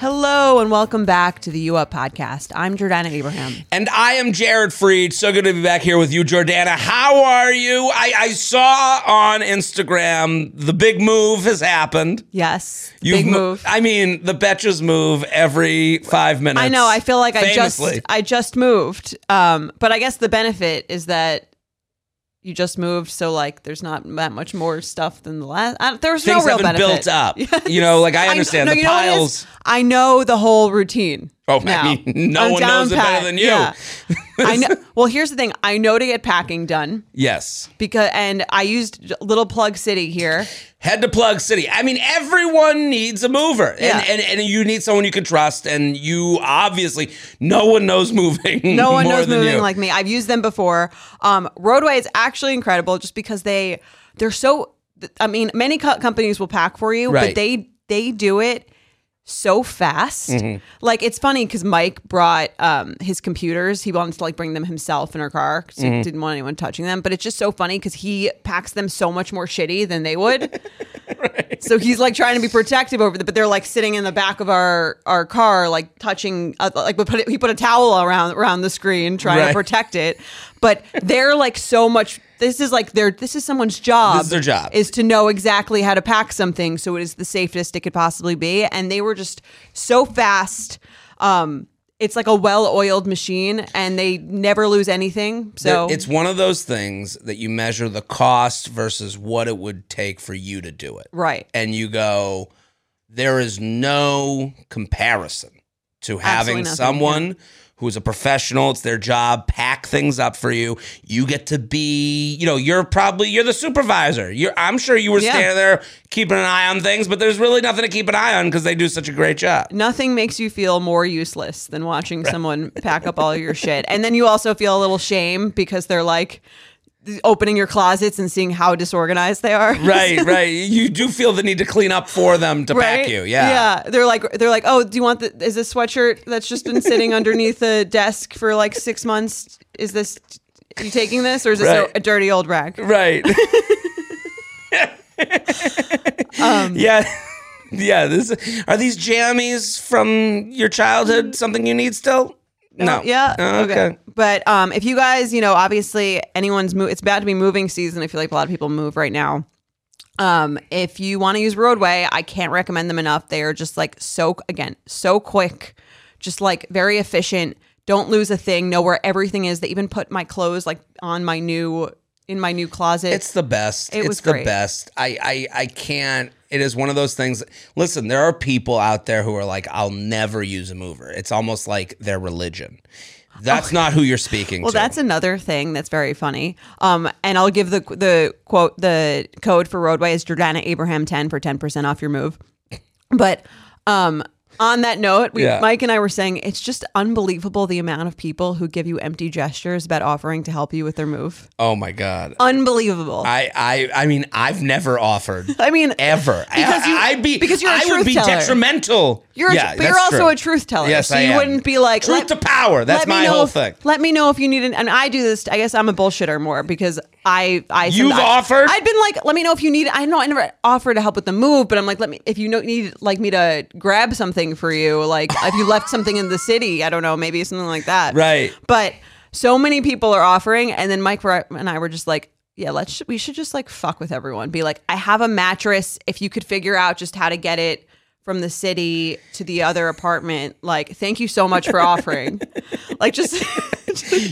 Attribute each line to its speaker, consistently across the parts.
Speaker 1: Hello and welcome back to the U Up podcast. I'm Jordana Abraham.
Speaker 2: And I am Jared Freed. So good to be back here with you, Jordana. How are you? I, I saw on Instagram the big move has happened.
Speaker 1: Yes,
Speaker 2: You've
Speaker 1: big
Speaker 2: mo-
Speaker 1: move.
Speaker 2: I mean, the betches move every five minutes.
Speaker 1: I know. I feel like I just
Speaker 2: famously.
Speaker 1: I just moved, um, but I guess the benefit is that you just moved, so like there's not that much more stuff than the last. I, there was
Speaker 2: Things
Speaker 1: no real
Speaker 2: haven't
Speaker 1: benefit.
Speaker 2: built up.
Speaker 1: Yes.
Speaker 2: You know, like I understand
Speaker 1: no,
Speaker 2: the
Speaker 1: you know what it is?
Speaker 2: piles.
Speaker 1: I know the whole routine.
Speaker 2: Oh,
Speaker 1: now.
Speaker 2: I mean, no
Speaker 1: I'm
Speaker 2: one knows
Speaker 1: down
Speaker 2: it
Speaker 1: pat.
Speaker 2: better than you.
Speaker 1: Yeah. I know. Well, here's the thing. I know to get packing done
Speaker 2: Yes.
Speaker 1: because, and I used Little Plug City here.
Speaker 2: Head to Plug City. I mean, everyone needs a mover,
Speaker 1: Yeah.
Speaker 2: and, and and you need someone you can trust. And you obviously, no one knows moving.
Speaker 1: No one
Speaker 2: more
Speaker 1: knows
Speaker 2: than
Speaker 1: moving
Speaker 2: you.
Speaker 1: like me. I've used them before. Um, Roadway is actually incredible just because they they're so. I mean, many co- companies will pack for you,
Speaker 2: Right.
Speaker 1: but they they do it so fast.
Speaker 2: Mm-hmm.
Speaker 1: Like it's funny because Mike brought um, his computers. He wanted to like bring them himself in her car because
Speaker 2: Mm-hmm.
Speaker 1: he didn't want anyone touching them. But it's just so funny because he packs them so much more shitty than they would. So he's like trying to be protective over the, but they're like sitting in the back of our our car, like touching, uh, like we put it, he put a towel around around the screen trying
Speaker 2: Right.
Speaker 1: to protect it. But they're like so much. This is like their this is someone's job.
Speaker 2: This is their job.
Speaker 1: is to know exactly how to pack something so it is the safest it could possibly be. And they were just so fast. Um, it's like a well-oiled machine, and they never lose anything. So
Speaker 2: There- it's one of those things that you measure the cost versus what it would take for you to do it.
Speaker 1: right.
Speaker 2: And you go, there is no comparison to having
Speaker 1: Absolutely nothing,
Speaker 2: someone who's a professional, it's their job, pack things up for you. You get to be, you know, you're probably you're the supervisor. You're I'm sure you were
Speaker 1: Yeah.
Speaker 2: standing there keeping an eye on things, but there's really nothing to keep an eye on because they do such a great job.
Speaker 1: Nothing makes you feel more useless than watching someone pack up all your shit. And then you also feel a little shame because they're like opening your closets and seeing how disorganized they are.
Speaker 2: Right, right. You do feel the need to clean up for them to
Speaker 1: Right?
Speaker 2: pack you. Yeah.
Speaker 1: Yeah. They're like they're like, "Oh, do you want the is this sweatshirt that's just been sitting underneath the desk for like 6 months? Is this you taking this or is this
Speaker 2: Right.
Speaker 1: a, a dirty old rag?"
Speaker 2: Right.
Speaker 1: Um,
Speaker 2: yeah. Yeah, this are these jammies from your childhood something you need still? No.
Speaker 1: Mm. Yeah.
Speaker 2: Oh,
Speaker 1: okay. But um, if you guys, you know, obviously anyone's move, it's about to be moving season. I feel like a lot of people move right now. Um, if you want to use Roadway, I can't recommend them enough. They are just like so again so quick, just like very efficient. Don't lose a thing. Know where everything is. They even put my clothes like on my new in my new closet.
Speaker 2: It's the best.
Speaker 1: It
Speaker 2: it's
Speaker 1: was
Speaker 2: the
Speaker 1: great.
Speaker 2: best. I, I I can't. It is one of those things. Listen, there are people out there who are like, I'll never use a mover. It's almost like their religion. That's not who you're speaking
Speaker 1: Oh, Well,
Speaker 2: to.
Speaker 1: that's another thing that's very funny. Um, and I'll give the the quote the code for Roadway is Jordana Abraham ten for ten percent off your move. But um, on that note, we,
Speaker 2: Yeah.
Speaker 1: Mike and I were saying it's just unbelievable the amount of people who give you empty gestures about offering to help you with their move.
Speaker 2: oh my god.
Speaker 1: Unbelievable. I,
Speaker 2: I I I mean, I've never offered.
Speaker 1: mean,
Speaker 2: ever.
Speaker 1: Because
Speaker 2: I,
Speaker 1: you-
Speaker 2: I'd be
Speaker 1: because you're a
Speaker 2: I would
Speaker 1: truth
Speaker 2: be
Speaker 1: teller.
Speaker 2: detrimental.
Speaker 1: you're a-
Speaker 2: Yeah,
Speaker 1: but you're
Speaker 2: that's
Speaker 1: also
Speaker 2: true.
Speaker 1: a truth teller.
Speaker 2: Yes,
Speaker 1: so
Speaker 2: I
Speaker 1: you
Speaker 2: am.
Speaker 1: wouldn't be like
Speaker 2: Truth
Speaker 1: let-
Speaker 2: to power. That's
Speaker 1: let me
Speaker 2: my
Speaker 1: know
Speaker 2: whole
Speaker 1: if-
Speaker 2: thing.
Speaker 1: Let me know if you need an. And I do this. I guess I'm a bullshitter more because I. I
Speaker 2: You've
Speaker 1: I,
Speaker 2: offered?
Speaker 1: I'd been like, let me know if you need. I know I never offered to help with the move, but I'm like, let me if you know, need like me to grab something for you, like if you left something in the city, I don't know, maybe something like that.
Speaker 2: Right.
Speaker 1: But so many people are offering, and then Mike were- and I were just like. Yeah, let's we should just like fuck with everyone. Be like, I have a mattress. If you could figure out just how to get it from the city to the other apartment, like, thank you so much for offering. like, just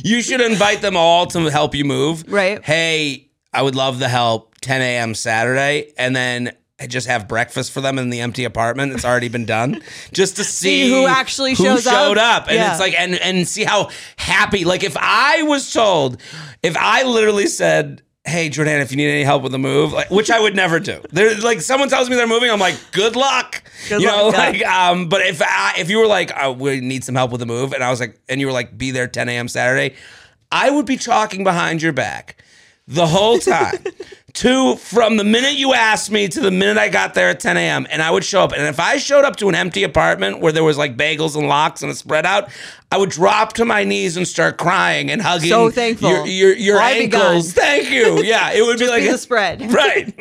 Speaker 2: You should invite them all to help you move.
Speaker 1: Right.
Speaker 2: Hey, I would love the help. 10 a.m. Saturday, and then just have breakfast for them in the empty apartment. It's already been done, just to see,
Speaker 1: who actually
Speaker 2: who
Speaker 1: shows up.
Speaker 2: showed up. And
Speaker 1: Yeah.
Speaker 2: it's like and and see how happy. Like if I was told, if I literally said. hey Jordan, if you need any help with the move, like, which I would never do. There, like someone tells me they're moving, I'm like, good luck.
Speaker 1: Good
Speaker 2: you know,
Speaker 1: luck, yeah.
Speaker 2: like, um, but if I, if you were like, I we need some help with the move, and I was like, and you were like, be there 10 a.m. Saturday, I would be talking behind your back the whole time. To from the minute you asked me to the minute I got there at 10 a.m. and I would show up. And if I showed up to an empty apartment where there was like bagels and locks and a spread out, I would drop to my knees and start crying and hugging.
Speaker 1: So thankful.
Speaker 2: Your your, your
Speaker 1: I'd be gone.
Speaker 2: ankles. Thank you. Yeah, it would be like
Speaker 1: Be the spread.
Speaker 2: right.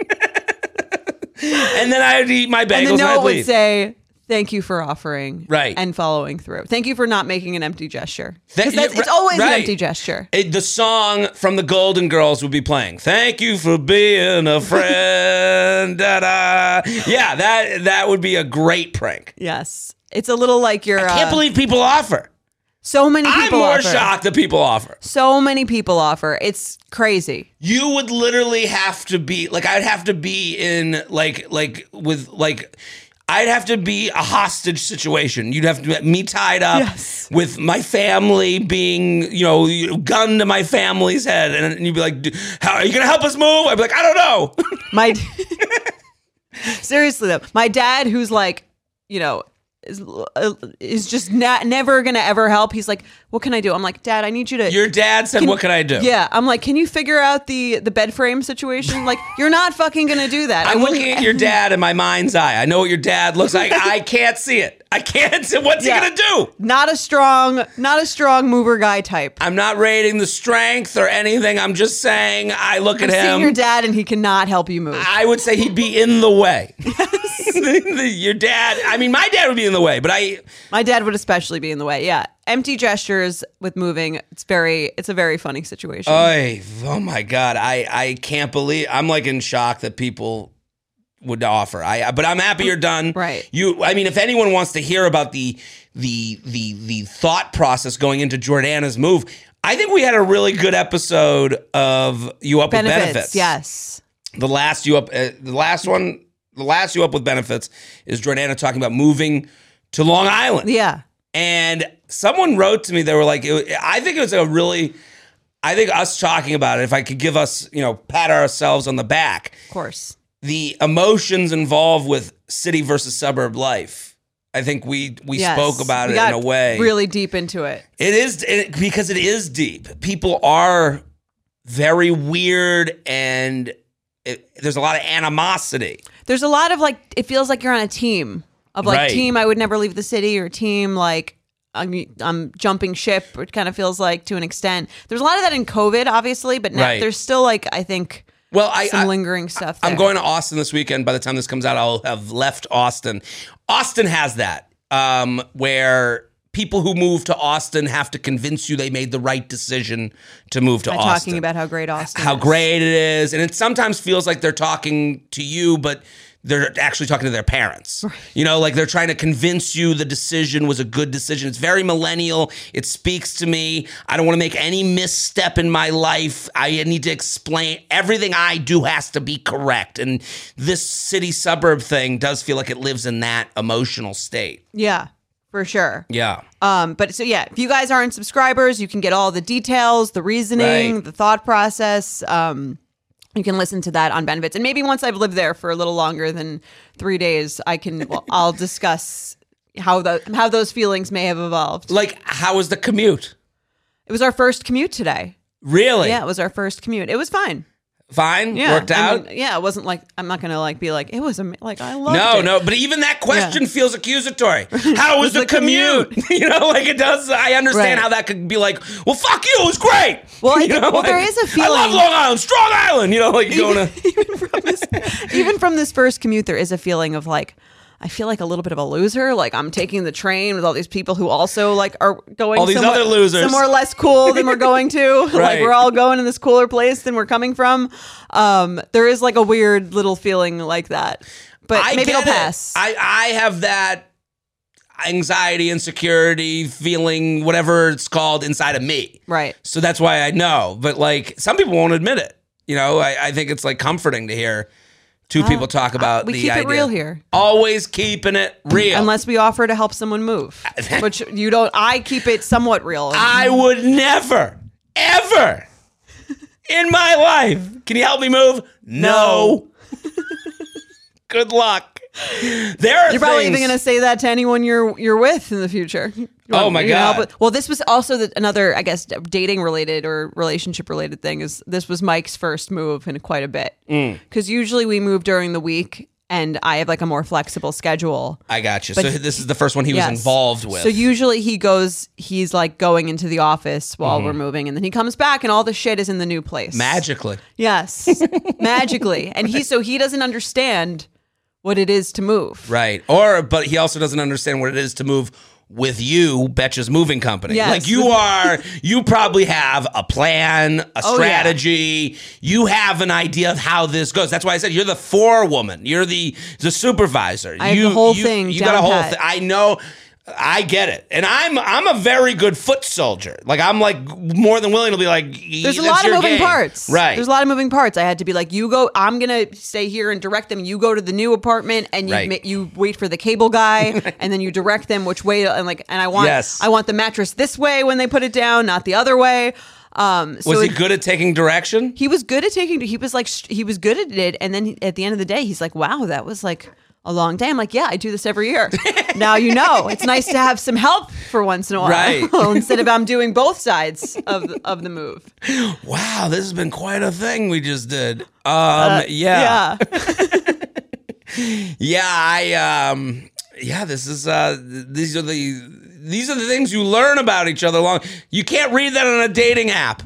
Speaker 2: and then I'd eat my bagels
Speaker 1: And
Speaker 2: and,
Speaker 1: the
Speaker 2: I'd
Speaker 1: note would
Speaker 2: leave.
Speaker 1: say, "Thank you for offering,
Speaker 2: Right.
Speaker 1: and following through. Thank you for not making an empty gesture.
Speaker 2: That-
Speaker 1: 'Cause that's,
Speaker 2: yeah,
Speaker 1: it's
Speaker 2: ri-
Speaker 1: always
Speaker 2: right.
Speaker 1: an empty gesture.
Speaker 2: It- the song from the Golden Girls would be playing. Thank you for being a friend. Da-da. Yeah, that that would be a great prank.
Speaker 1: Yes, it's a little like your.
Speaker 2: I can't
Speaker 1: uh,
Speaker 2: believe people offer.
Speaker 1: so many
Speaker 2: I'm
Speaker 1: people
Speaker 2: more
Speaker 1: offer.
Speaker 2: shocked that people offer.
Speaker 1: So many people offer. It's crazy.
Speaker 2: You would literally have to be like I'd have to be in like like with like I'd have to be a hostage situation. You'd have to be me tied up
Speaker 1: Yes.
Speaker 2: with my family being, you know, you- gun to my family's head, and you'd be like, "D- "How are you gonna help us move?" I'd be like, "I don't know."
Speaker 1: My seriously though, my dad, who's like, you know, is, uh, is just not, never gonna ever help. He's like, what can I do? I'm like, Dad, I need you to.
Speaker 2: Your dad said, "What can I do?"
Speaker 1: yeah, I'm like, can you figure out the the bed frame situation? Like, you're not fucking gonna do that. I
Speaker 2: I'm
Speaker 1: wouldn't-
Speaker 2: looking at your dad in my mind's eye. I know what your dad looks like. I can't see it. I can't. see What's
Speaker 1: Yeah.
Speaker 2: he gonna do?
Speaker 1: Not a strong, not a strong mover guy type.
Speaker 2: I'm not rating the strength or anything. I'm just saying I look
Speaker 1: I've
Speaker 2: at
Speaker 1: seen
Speaker 2: him.
Speaker 1: your dad, and he cannot help you move.
Speaker 2: I would say he'd be in the way. your dad. I mean, my dad would be in the way, but I.
Speaker 1: My dad would especially be in the way. Yeah, empty gestures with moving. It's very, it's a very funny situation.
Speaker 2: I oh my god! I I can't believe I'm like in shock that people would offer. I but I'm happy you're done.
Speaker 1: Right.
Speaker 2: You. I mean, if anyone wants to hear about the the the the thought process going into Jordana's move. I think we had a really good episode of you up
Speaker 1: benefits,
Speaker 2: with benefits.
Speaker 1: yes.
Speaker 2: the last you up uh, the last one the last you up with benefits is jordana talking about moving to long island
Speaker 1: Yeah.
Speaker 2: and someone wrote to me they were like it, i think it was a really i think us talking about it if i could give us you know pat ourselves on the back
Speaker 1: Of course.
Speaker 2: the emotions involved with city versus suburb life i think we we
Speaker 1: Yes.
Speaker 2: spoke about
Speaker 1: We
Speaker 2: it in
Speaker 1: got
Speaker 2: a way
Speaker 1: Really deep into it.
Speaker 2: it is it, because it is deep. People are very weird, and it, there's a lot of animosity.
Speaker 1: There's a lot of like, it feels like you're on a team of like
Speaker 2: Right.
Speaker 1: team I would never leave the city or team like I'm I'm jumping ship. It kind of feels like to an extent. There's a lot of that in COVID, obviously, but now
Speaker 2: Right.
Speaker 1: there's still like I think
Speaker 2: Well, I,
Speaker 1: some
Speaker 2: I
Speaker 1: lingering stuff.
Speaker 2: I'm
Speaker 1: there.
Speaker 2: going to Austin this weekend. By the time this comes out, I'll have left Austin. Austin has that um, where people who move to Austin have to convince you they made the right decision to move to
Speaker 1: By
Speaker 2: Austin.
Speaker 1: talking about how great Austin.
Speaker 2: how
Speaker 1: is.
Speaker 2: great it is. And it sometimes feels like they're talking to you, but they're actually talking to their parents. You know, like they're trying to convince you the decision was a good decision. It's very millennial. It speaks to me. I don't want to make any misstep in my life. I need to explain everything I do has to be correct. And this city suburb thing does feel like it lives in that emotional state.
Speaker 1: Yeah, for sure.
Speaker 2: Yeah.
Speaker 1: Um, but so yeah, if you guys aren't subscribers, you can get all the details, the reasoning,
Speaker 2: Right.
Speaker 1: the thought process. Um, you can listen to that on benefits, and maybe once I've lived there for a little longer than three days, I can well, I'll discuss how the how those feelings may have evolved.
Speaker 2: Like, how was the commute?
Speaker 1: It was our first commute today.
Speaker 2: Really?
Speaker 1: Yeah, it was our first commute. It was fine.
Speaker 2: Fine?
Speaker 1: Yeah,
Speaker 2: Worked
Speaker 1: I
Speaker 2: out?
Speaker 1: mean, yeah, it wasn't like I'm not gonna like be like it was am- like I loved
Speaker 2: No,
Speaker 1: it.
Speaker 2: no, but even that question feels accusatory. How was the, commute? you know, like it does. I understand
Speaker 1: Right.
Speaker 2: how that could be like, well, fuck you, it was great.
Speaker 1: Well, I
Speaker 2: You
Speaker 1: think- well, there is a
Speaker 2: I love
Speaker 1: feeling-
Speaker 2: Long Island, Strong Island. You know, like you're going to.
Speaker 1: even from this first commute, there is a feeling of like, I feel like a little bit of a loser. Like I'm taking the train with all these people who also like are going
Speaker 2: All these
Speaker 1: somewhere-
Speaker 2: other losers.
Speaker 1: somewhere less cool than we're going to.
Speaker 2: Right.
Speaker 1: Like we're all going to this cooler place than we're coming from. Um, there is like a weird little feeling like that, but
Speaker 2: I
Speaker 1: maybe
Speaker 2: get
Speaker 1: it'll
Speaker 2: it.
Speaker 1: pass.
Speaker 2: I, I have that anxiety, insecurity, feeling, whatever it's called inside of me.
Speaker 1: right.
Speaker 2: So that's why I know. But like some people won't admit it. You know, I, I think it's like comforting to hear two people talk about
Speaker 1: Oh, We
Speaker 2: the
Speaker 1: keep
Speaker 2: idea.
Speaker 1: it real here.
Speaker 2: Always keeping it real.
Speaker 1: Unless we offer to help someone move, which you don't, I keep it somewhat real.
Speaker 2: I would never, ever, in my life. Can you help me move? No. Good luck. There are
Speaker 1: You're probably
Speaker 2: things- Oh
Speaker 1: even going to say that to anyone you're you're with in the future. You want-
Speaker 2: my
Speaker 1: you can help
Speaker 2: God.
Speaker 1: with- well, this was also the, another, I guess, dating related or relationship related thing. Is this was Mike's first move in quite a bit
Speaker 2: Mm.
Speaker 1: because usually we move during the week, and I have like a more flexible schedule.
Speaker 2: I got you. so this is the first one he
Speaker 1: Yes.
Speaker 2: was involved with.
Speaker 1: So usually he goes, he's like going into the office while
Speaker 2: Mm-hmm.
Speaker 1: we're moving, and then he comes back, and all the shit is in the new place.
Speaker 2: magically.
Speaker 1: Yes, magically, and he so he doesn't understand what it is to move.
Speaker 2: Right. Or but he also doesn't understand what it is to move with you, Betch's moving company.
Speaker 1: Yes.
Speaker 2: Like you are you probably have a plan, a
Speaker 1: Oh, yeah.
Speaker 2: strategy. You have an idea of how this goes. That's why I said you're the forewoman. You're the the supervisor.
Speaker 1: I have
Speaker 2: you
Speaker 1: the whole
Speaker 2: you,
Speaker 1: thing
Speaker 2: You got a
Speaker 1: down
Speaker 2: whole
Speaker 1: pat.
Speaker 2: thing. I know I get it. And I'm I'm a very good foot soldier. Like I'm like more than willing to be like "Y-
Speaker 1: There's a
Speaker 2: that's
Speaker 1: lot of
Speaker 2: your
Speaker 1: moving
Speaker 2: game."
Speaker 1: parts.
Speaker 2: Right.
Speaker 1: There's a lot of moving parts. I had to be like, you go. I'm gonna stay here and direct them. You go to the new apartment and you
Speaker 2: Right.
Speaker 1: ma- you wait for the cable guy and then you direct them which way and like and I want
Speaker 2: Yes.
Speaker 1: I want the mattress this way when they put it down, not the other way. Um, so
Speaker 2: Was he
Speaker 1: it-
Speaker 2: good at taking direction?
Speaker 1: he was good at taking. He was like sh- he was good at it. And then he- at the end of the day, he's like, wow, that was like. A long day. I'm like, yeah, I do this every year. now you know. It's nice to have some help for once in a while,
Speaker 2: Right.
Speaker 1: instead of I'm doing both sides of of the move.
Speaker 2: Wow, this has been quite a thing we just did. Um, yeah,
Speaker 1: Uh, Yeah.
Speaker 2: yeah, I, um, yeah. This is uh, th- these are the these are the things you learn about each other. Long you can't read that on a dating app,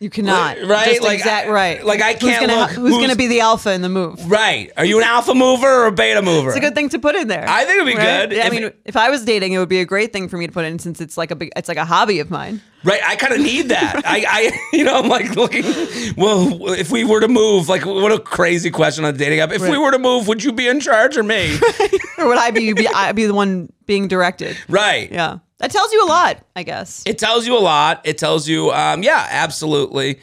Speaker 1: You cannot.
Speaker 2: right?
Speaker 1: Just
Speaker 2: Like,
Speaker 1: exact,
Speaker 2: I-
Speaker 1: right.
Speaker 2: like, I can't
Speaker 1: Who's gonna,
Speaker 2: look
Speaker 1: who's,
Speaker 2: who's-
Speaker 1: gonna be the alpha in the move?
Speaker 2: right? Are you an alpha mover or a beta mover?
Speaker 1: It's a good thing to put in there.
Speaker 2: I think it'd be
Speaker 1: right?
Speaker 2: good
Speaker 1: Yeah, I
Speaker 2: if
Speaker 1: mean,
Speaker 2: it-
Speaker 1: if I was dating, it would be a great thing for me to put in since it's like a big, it's like a hobby of mine.
Speaker 2: Right, I kind of need that. I, I, you know, I'm like looking. Well, if we were to move, like, what a crazy question on a dating app. If we
Speaker 1: Right.
Speaker 2: were to move, would you be in charge or me?
Speaker 1: or would I be, be I'd be the one being directed?
Speaker 2: right.
Speaker 1: Yeah, that tells you a lot, I guess.
Speaker 2: It tells you a lot. It tells you, um, yeah, absolutely.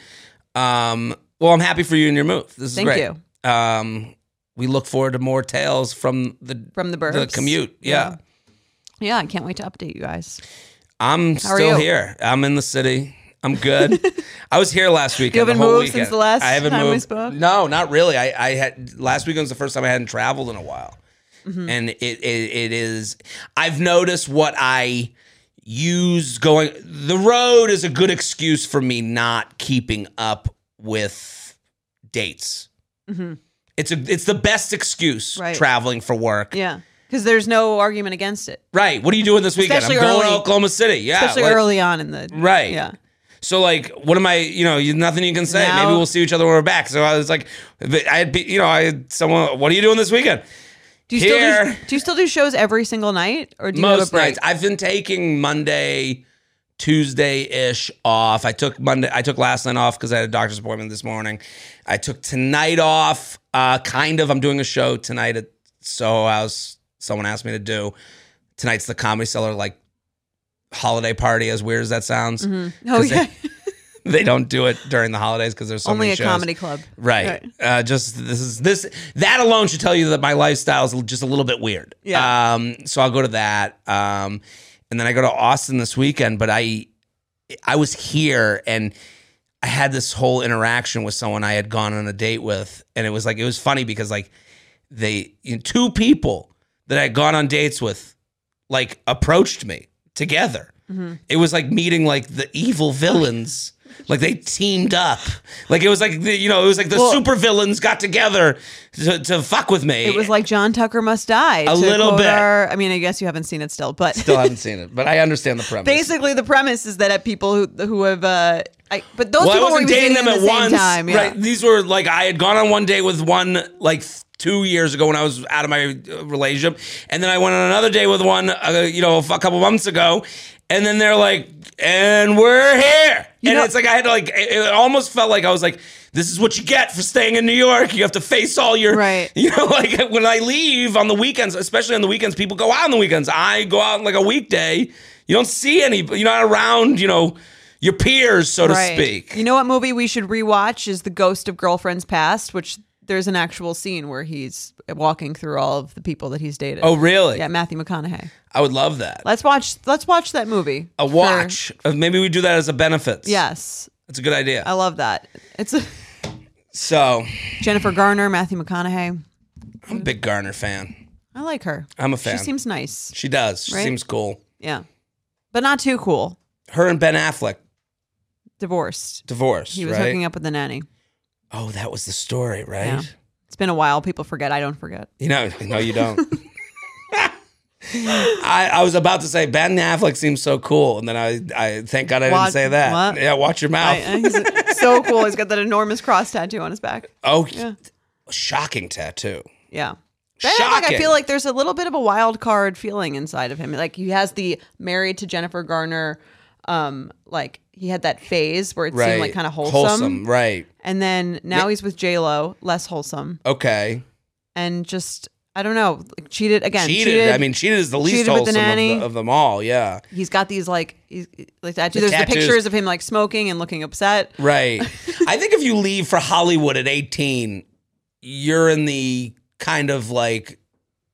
Speaker 2: Um, well, I'm happy for you and your move. This is
Speaker 1: Thank
Speaker 2: great.
Speaker 1: you.
Speaker 2: Um, we look forward to more tales from the
Speaker 1: From the
Speaker 2: the
Speaker 1: burbs.
Speaker 2: commute. Yeah,
Speaker 1: Yeah, I can't wait to update you guys.
Speaker 2: I'm
Speaker 1: are
Speaker 2: still
Speaker 1: you?
Speaker 2: here. I'm in the city. I'm good. I was here last weekend.
Speaker 1: haven't
Speaker 2: the whole
Speaker 1: moved
Speaker 2: weekend.
Speaker 1: since the last
Speaker 2: I haven't
Speaker 1: time we
Speaker 2: moved.
Speaker 1: spoke?
Speaker 2: No, not really. I, I had last weekend was the first time I hadn't traveled in a while,
Speaker 1: Mm-hmm.
Speaker 2: and it, it it is. I've noticed what I use going. The road is a good excuse for me not keeping up with dates. It's a it's the best excuse
Speaker 1: Mm-hmm. Right.
Speaker 2: traveling for work.
Speaker 1: Yeah, because there's no argument against it,
Speaker 2: Right. What are you doing this weekend?
Speaker 1: Especially
Speaker 2: I'm going
Speaker 1: early.
Speaker 2: to Oklahoma City. Yeah.
Speaker 1: especially
Speaker 2: like-
Speaker 1: early on in the
Speaker 2: Right.
Speaker 1: Yeah,
Speaker 2: So like, what am I? You know, you, nothing you can say.
Speaker 1: Now-
Speaker 2: Maybe we'll see each other when we're back. So I was like, I had, be- you know, I had someone. What are you doing this weekend?
Speaker 1: do you still
Speaker 2: Here.
Speaker 1: do, do you still do shows every single night, or do you have a
Speaker 2: Most
Speaker 1: break?
Speaker 2: nights, I've been taking Monday, Tuesday ish off. I took Monday. I took last night off because I had a doctor's appointment this morning. I took tonight off. Uh, kind of. I'm doing a show tonight at Soho House. Someone asked me to do. Tonight's the Comedy Cellar like holiday party. As weird as that sounds,
Speaker 1: Oh
Speaker 2: 'Cause they-
Speaker 1: yeah,
Speaker 2: they don't do it during the holidays because there's so
Speaker 1: only
Speaker 2: many
Speaker 1: a
Speaker 2: shows.
Speaker 1: comedy club.
Speaker 2: Right. Uh, just this is this that alone should tell you that my lifestyle is just a little bit weird.
Speaker 1: Yeah.
Speaker 2: Um, so I'll go to that. Um, and then I go to Austin this weekend, but I I was here and I had this whole interaction with someone I had gone on a date with, and it was like it was funny because like they you know, two people that I had gone on dates with like approached me together.
Speaker 1: Mm-hmm.
Speaker 2: It was like meeting like the evil villains. Like they teamed up. Like it was like the, you know it was like the
Speaker 1: Well-
Speaker 2: super villains got together to, to fuck with me.
Speaker 1: It was like John Tucker Must Die. A
Speaker 2: little bit.
Speaker 1: I mean, I guess you haven't seen it still, but
Speaker 2: still haven't seen it, but I understand the premise.
Speaker 1: basically the premise is that at people who who have, uh, I, but those
Speaker 2: well, I
Speaker 1: people were
Speaker 2: wasn't dating them
Speaker 1: at
Speaker 2: at
Speaker 1: the
Speaker 2: once.
Speaker 1: same time. Yeah.
Speaker 2: Right? These were like I had gone on one date with one like th- two years ago when I was out of my uh, relationship, and then I went on another day with one, uh, you know, a f- a couple months ago, and then they're like, and we're here, and
Speaker 1: know-
Speaker 2: it's like I had to like it, it almost felt like I was like. This is what you get for staying in New York. You have to face all your,
Speaker 1: Right.
Speaker 2: you know, like when I leave on the weekends, especially on the weekends, people go out on the weekends. I go out on like a weekday. You don't see any, you're not around, you know, your peers, so
Speaker 1: Right.
Speaker 2: to speak.
Speaker 1: You know what movie we should rewatch is The Ghost of Girlfriend's Past, which there's an actual scene where he's walking through all of the people that he's dated.
Speaker 2: Oh, really?
Speaker 1: Yeah, Matthew McConaughey.
Speaker 2: I would love that.
Speaker 1: Let's watch. Let's watch that movie.
Speaker 2: a watch. Uh, Maybe we do that as a benefit.
Speaker 1: yes.
Speaker 2: It's a good idea.
Speaker 1: I love that. It's a,
Speaker 2: So
Speaker 1: Jennifer Garner, Matthew McConaughey.
Speaker 2: I'm a big Garner fan.
Speaker 1: I like her.
Speaker 2: I'm a fan.
Speaker 1: She seems nice.
Speaker 2: She does. She
Speaker 1: Right?
Speaker 2: seems cool.
Speaker 1: Yeah. But not too cool.
Speaker 2: Her and Ben Affleck
Speaker 1: Divorced.
Speaker 2: divorced.
Speaker 1: He was
Speaker 2: right?
Speaker 1: hooking up with the nanny.
Speaker 2: Oh, that was the story, right?
Speaker 1: Yeah. It's been a while. People forget. I don't forget.
Speaker 2: You know, no, you don't. I, I was about to say Ben Affleck seems so cool, and then I, I thank God I
Speaker 1: Watch-
Speaker 2: didn't say that.
Speaker 1: what?
Speaker 2: Yeah, watch your mouth.
Speaker 1: I- uh, he's so cool. He's got that enormous cross tattoo on his back.
Speaker 2: oh, shocking tattoo.
Speaker 1: Yeah. Ben Affleck, I
Speaker 2: Shocking.
Speaker 1: feel like there's a little bit of a wild card feeling inside of him. Like he has the married to Jennifer Garner, um, like he had that phase where it
Speaker 2: Right,
Speaker 1: seemed like kind of wholesome.
Speaker 2: Wholesome, right?
Speaker 1: And then now he's with J Lo, less wholesome,
Speaker 2: Okay,
Speaker 1: and just I don't know, like, cheated again.
Speaker 2: cheated. I mean, cheated is the least
Speaker 1: Cheated with the
Speaker 2: wholesome of,
Speaker 1: nanny.
Speaker 2: the, of them all. Yeah,
Speaker 1: he's got these like he's, like that. There's the
Speaker 2: tattoos.
Speaker 1: pictures of him like smoking and looking upset.
Speaker 2: right. I think if you leave for Hollywood at eighteen, you're in the kind of like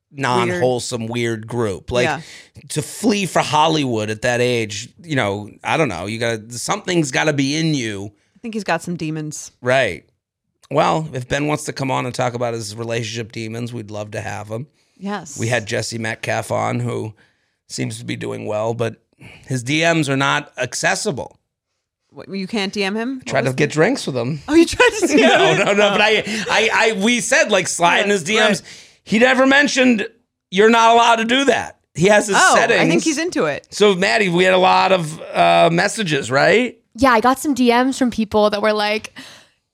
Speaker 2: non-wholesome weird group like
Speaker 1: Yeah.
Speaker 2: to flee for hollywood at that age you know i don't know you gotta something's gotta be in you
Speaker 1: I think he's got some demons.
Speaker 2: right well if ben wants to come on and talk about his relationship demons we'd love to have him
Speaker 1: Yes,
Speaker 2: we had jesse metcalf on who seems to be doing well but his dms are not accessible
Speaker 1: What, you can't DM him. What
Speaker 2: tried to
Speaker 1: was-
Speaker 2: get drinks with him
Speaker 1: Oh, you tried to see
Speaker 2: no, no, no. But I, I, I, we said like slide in his DMs.
Speaker 1: Right.
Speaker 2: He never mentioned you're not allowed to do that. He has his
Speaker 1: Oh,
Speaker 2: settings.
Speaker 1: I think he's into it.
Speaker 2: so Maddie, we had a lot of uh, messages, right?
Speaker 3: yeah, I got some DMs from people that were like,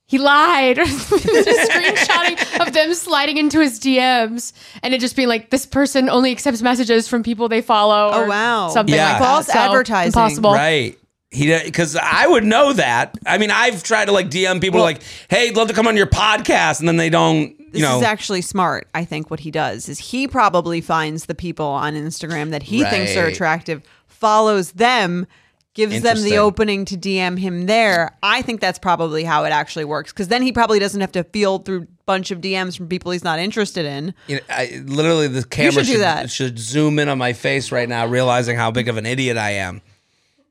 Speaker 3: he lied, or just screenshotting of them sliding into his DMs, and it just being like, this person only accepts messages from people they follow.
Speaker 1: Oh,
Speaker 3: or
Speaker 1: wow.
Speaker 3: something
Speaker 2: Yeah.
Speaker 3: like
Speaker 1: False
Speaker 3: that. So,
Speaker 1: advertising.
Speaker 3: impossible.
Speaker 2: Right. He because I would know that. I mean, I've tried to like DM people like, "Hey, I'd love to come on your podcast," and then they don't.
Speaker 1: This
Speaker 2: You know,
Speaker 1: is actually smart. I think what he does is he probably finds the people on Instagram that he thinks are
Speaker 2: Right.
Speaker 1: attractive, follows them, gives them
Speaker 2: Interesting.
Speaker 1: the opening to DM him there. I think that's probably how it actually works because then he probably doesn't have to field through a bunch of DMs from people he's not interested in.
Speaker 2: You know, I, literally, the camera
Speaker 1: should do that.
Speaker 2: should zoom in on my face right now, realizing how big of an idiot I am.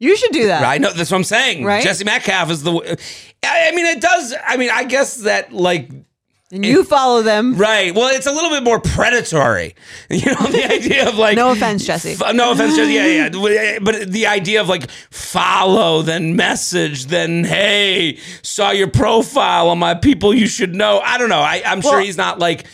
Speaker 1: You should do that.
Speaker 2: I know that's what I'm saying.
Speaker 1: Right?
Speaker 2: Jesse Metcalf is the. I I mean, it does. I mean, I guess that like
Speaker 1: And you follow them.
Speaker 2: right. Well, it's a little bit more predatory. You know, the idea of like
Speaker 1: No offense, Jesse.
Speaker 2: F- no offense, Jesse. Yeah, yeah. But the idea of like follow, then message, then hey, saw your profile on my people you should know. I don't know. I, I'm sure
Speaker 1: Well-
Speaker 2: he's not like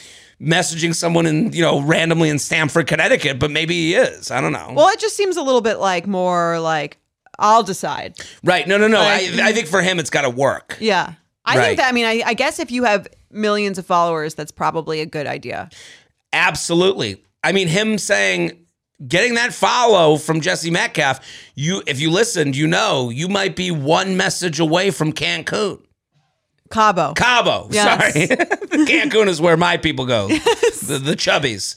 Speaker 2: messaging someone in you know randomly in Stamford, Connecticut, but maybe he is. I don't know.
Speaker 1: Well, it just seems a little bit like more like I'll decide.
Speaker 2: right? No, no, no.
Speaker 1: like-
Speaker 2: I, I think for him, it's got to work.
Speaker 1: Yeah. I
Speaker 2: Right.
Speaker 1: think that I mean I, I guess if you have millions of followers, that's probably a good idea.
Speaker 2: Absolutely. I mean, him saying getting that follow from Jesse Metcalf, you if you listened, you know, you might be one message away from Cancun.
Speaker 1: Cabo.
Speaker 2: Cabo.
Speaker 1: Yes.
Speaker 2: Sorry. Cancun is where my people go. The, the chubbies.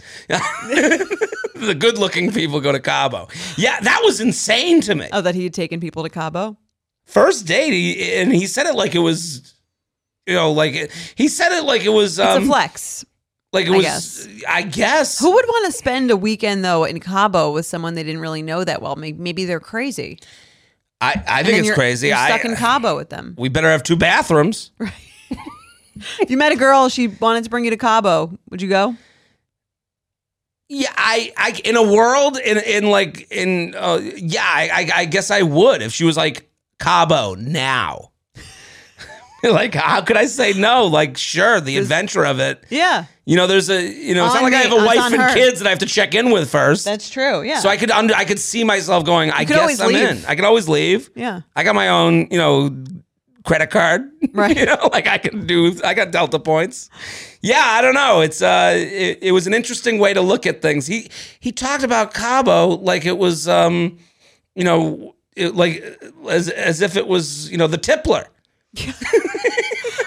Speaker 2: the good looking people go to Cabo. Yeah, that was insane to me.
Speaker 1: Oh, that he had taken people to Cabo.
Speaker 2: First date, he, and he said it like it was, you know, like it, he said it like it was,
Speaker 1: It's
Speaker 2: um,
Speaker 1: a flex.
Speaker 2: like it
Speaker 1: I
Speaker 2: was,
Speaker 1: guess.
Speaker 2: I guess.
Speaker 1: Who would want to spend a weekend though in Cabo with someone they didn't really know that well? Maybe, maybe they're crazy.
Speaker 2: I, I
Speaker 1: And
Speaker 2: think
Speaker 1: then
Speaker 2: it's
Speaker 1: you're-
Speaker 2: crazy.
Speaker 1: You're
Speaker 2: I,
Speaker 1: stuck in Cabo with them.
Speaker 2: we better have two bathrooms.
Speaker 1: If you met a girl, she wanted to bring you to Cabo. Would you go?
Speaker 2: Yeah, I, I, in a world, in, in like, in, uh, yeah, I, I, I guess I would if she was like Cabo now. like, how could I say no? Like, sure, the adventure of it.
Speaker 1: Yeah,
Speaker 2: You know, there's a, you know, it's not
Speaker 1: On
Speaker 2: like I
Speaker 1: me,
Speaker 2: have a
Speaker 1: it's
Speaker 2: wife
Speaker 1: on
Speaker 2: and
Speaker 1: her.
Speaker 2: kids that I have to check in with first.
Speaker 1: that's true. Yeah.
Speaker 2: so I could, under, I could see myself going. I
Speaker 1: could
Speaker 2: guess
Speaker 1: always
Speaker 2: I'm
Speaker 1: leave.
Speaker 2: in. I could always leave.
Speaker 1: yeah.
Speaker 2: I got my own, you know, credit card.
Speaker 1: Right.
Speaker 2: you know, like I can do I got Delta points. Yeah, I don't know. It's uh it, it was an interesting way to look at things. He he talked about Cabo like it was um you know it, like as as if it was, you know, the tippler.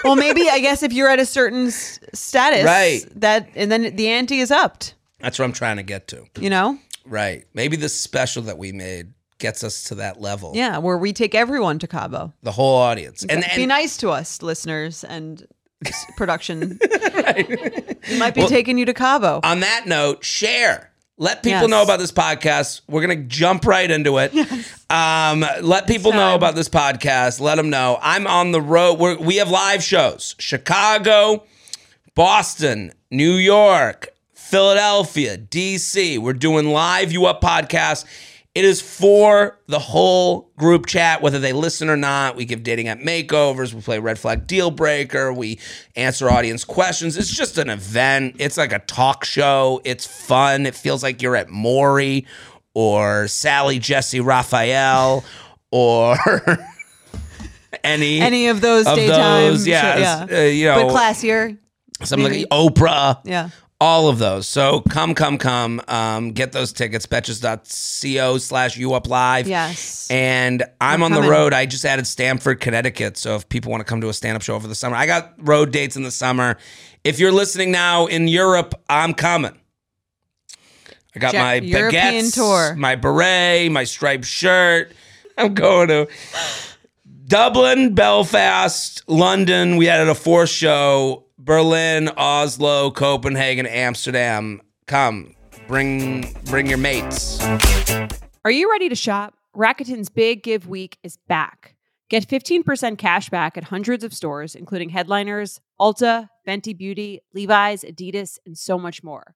Speaker 1: Well, maybe I guess if you're at a certain s- status,
Speaker 2: Right.
Speaker 1: That and then the ante is upped.
Speaker 2: That's what I'm trying to get to.
Speaker 1: You know.
Speaker 2: Right. Maybe the special that we made gets us to that level.
Speaker 1: Yeah, where we take everyone to Cabo.
Speaker 2: The whole audience. And,
Speaker 1: be
Speaker 2: and
Speaker 1: nice to us, listeners and s- production. We might be taking you to Cabo.
Speaker 2: on that note, share. Let people
Speaker 1: Yes.
Speaker 2: know about this podcast. We're going to jump right into it. Um, let people know about this podcast. Let them know. I'm on the road. We're, we have live shows Chicago, Boston, New York, Philadelphia, DC. We're doing live You Up podcast. It is for the whole group chat, whether they listen or not. We give dating app makeovers. We play red flag deal breaker. We answer audience questions. It's just an event. It's like a talk show. It's fun. It feels like you're at Maury or Sally Jesse Raphael or any
Speaker 1: Any of those
Speaker 2: Of
Speaker 1: daytime,
Speaker 2: those, yeah,
Speaker 1: show-
Speaker 2: uh, you know.
Speaker 1: but classier,
Speaker 2: something like Oprah.
Speaker 1: yeah.
Speaker 2: all of those. So come, come, come. Um, get those tickets, betches.co slash you up live.
Speaker 1: Yes.
Speaker 2: And I'm on the
Speaker 1: coming.
Speaker 2: road. I just added Stamford, Connecticut. So if people want to come to a stand up show over the summer, I got road dates in the summer. If you're listening now in Europe, I'm coming. I got
Speaker 1: Ja-
Speaker 2: my
Speaker 1: European
Speaker 2: baguettes,
Speaker 1: tour.
Speaker 2: my beret, my striped shirt. I'm going to Dublin, Belfast, London. We added a fourth show. Berlin, Oslo, Copenhagen, Amsterdam. Come, bring bring your mates.
Speaker 4: Are you ready to shop? Rakuten's Big Give Week is back. Get 15% cash back at hundreds of stores, including Headliners, Ulta, Fenty Beauty, Levi's, Adidas, and so much more.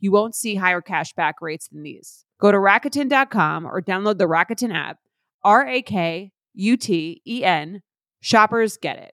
Speaker 4: You won't see higher cash back rates than these. Go to Rakuten.com or download the Rakuten app. R A K U T E N. Shoppers get it.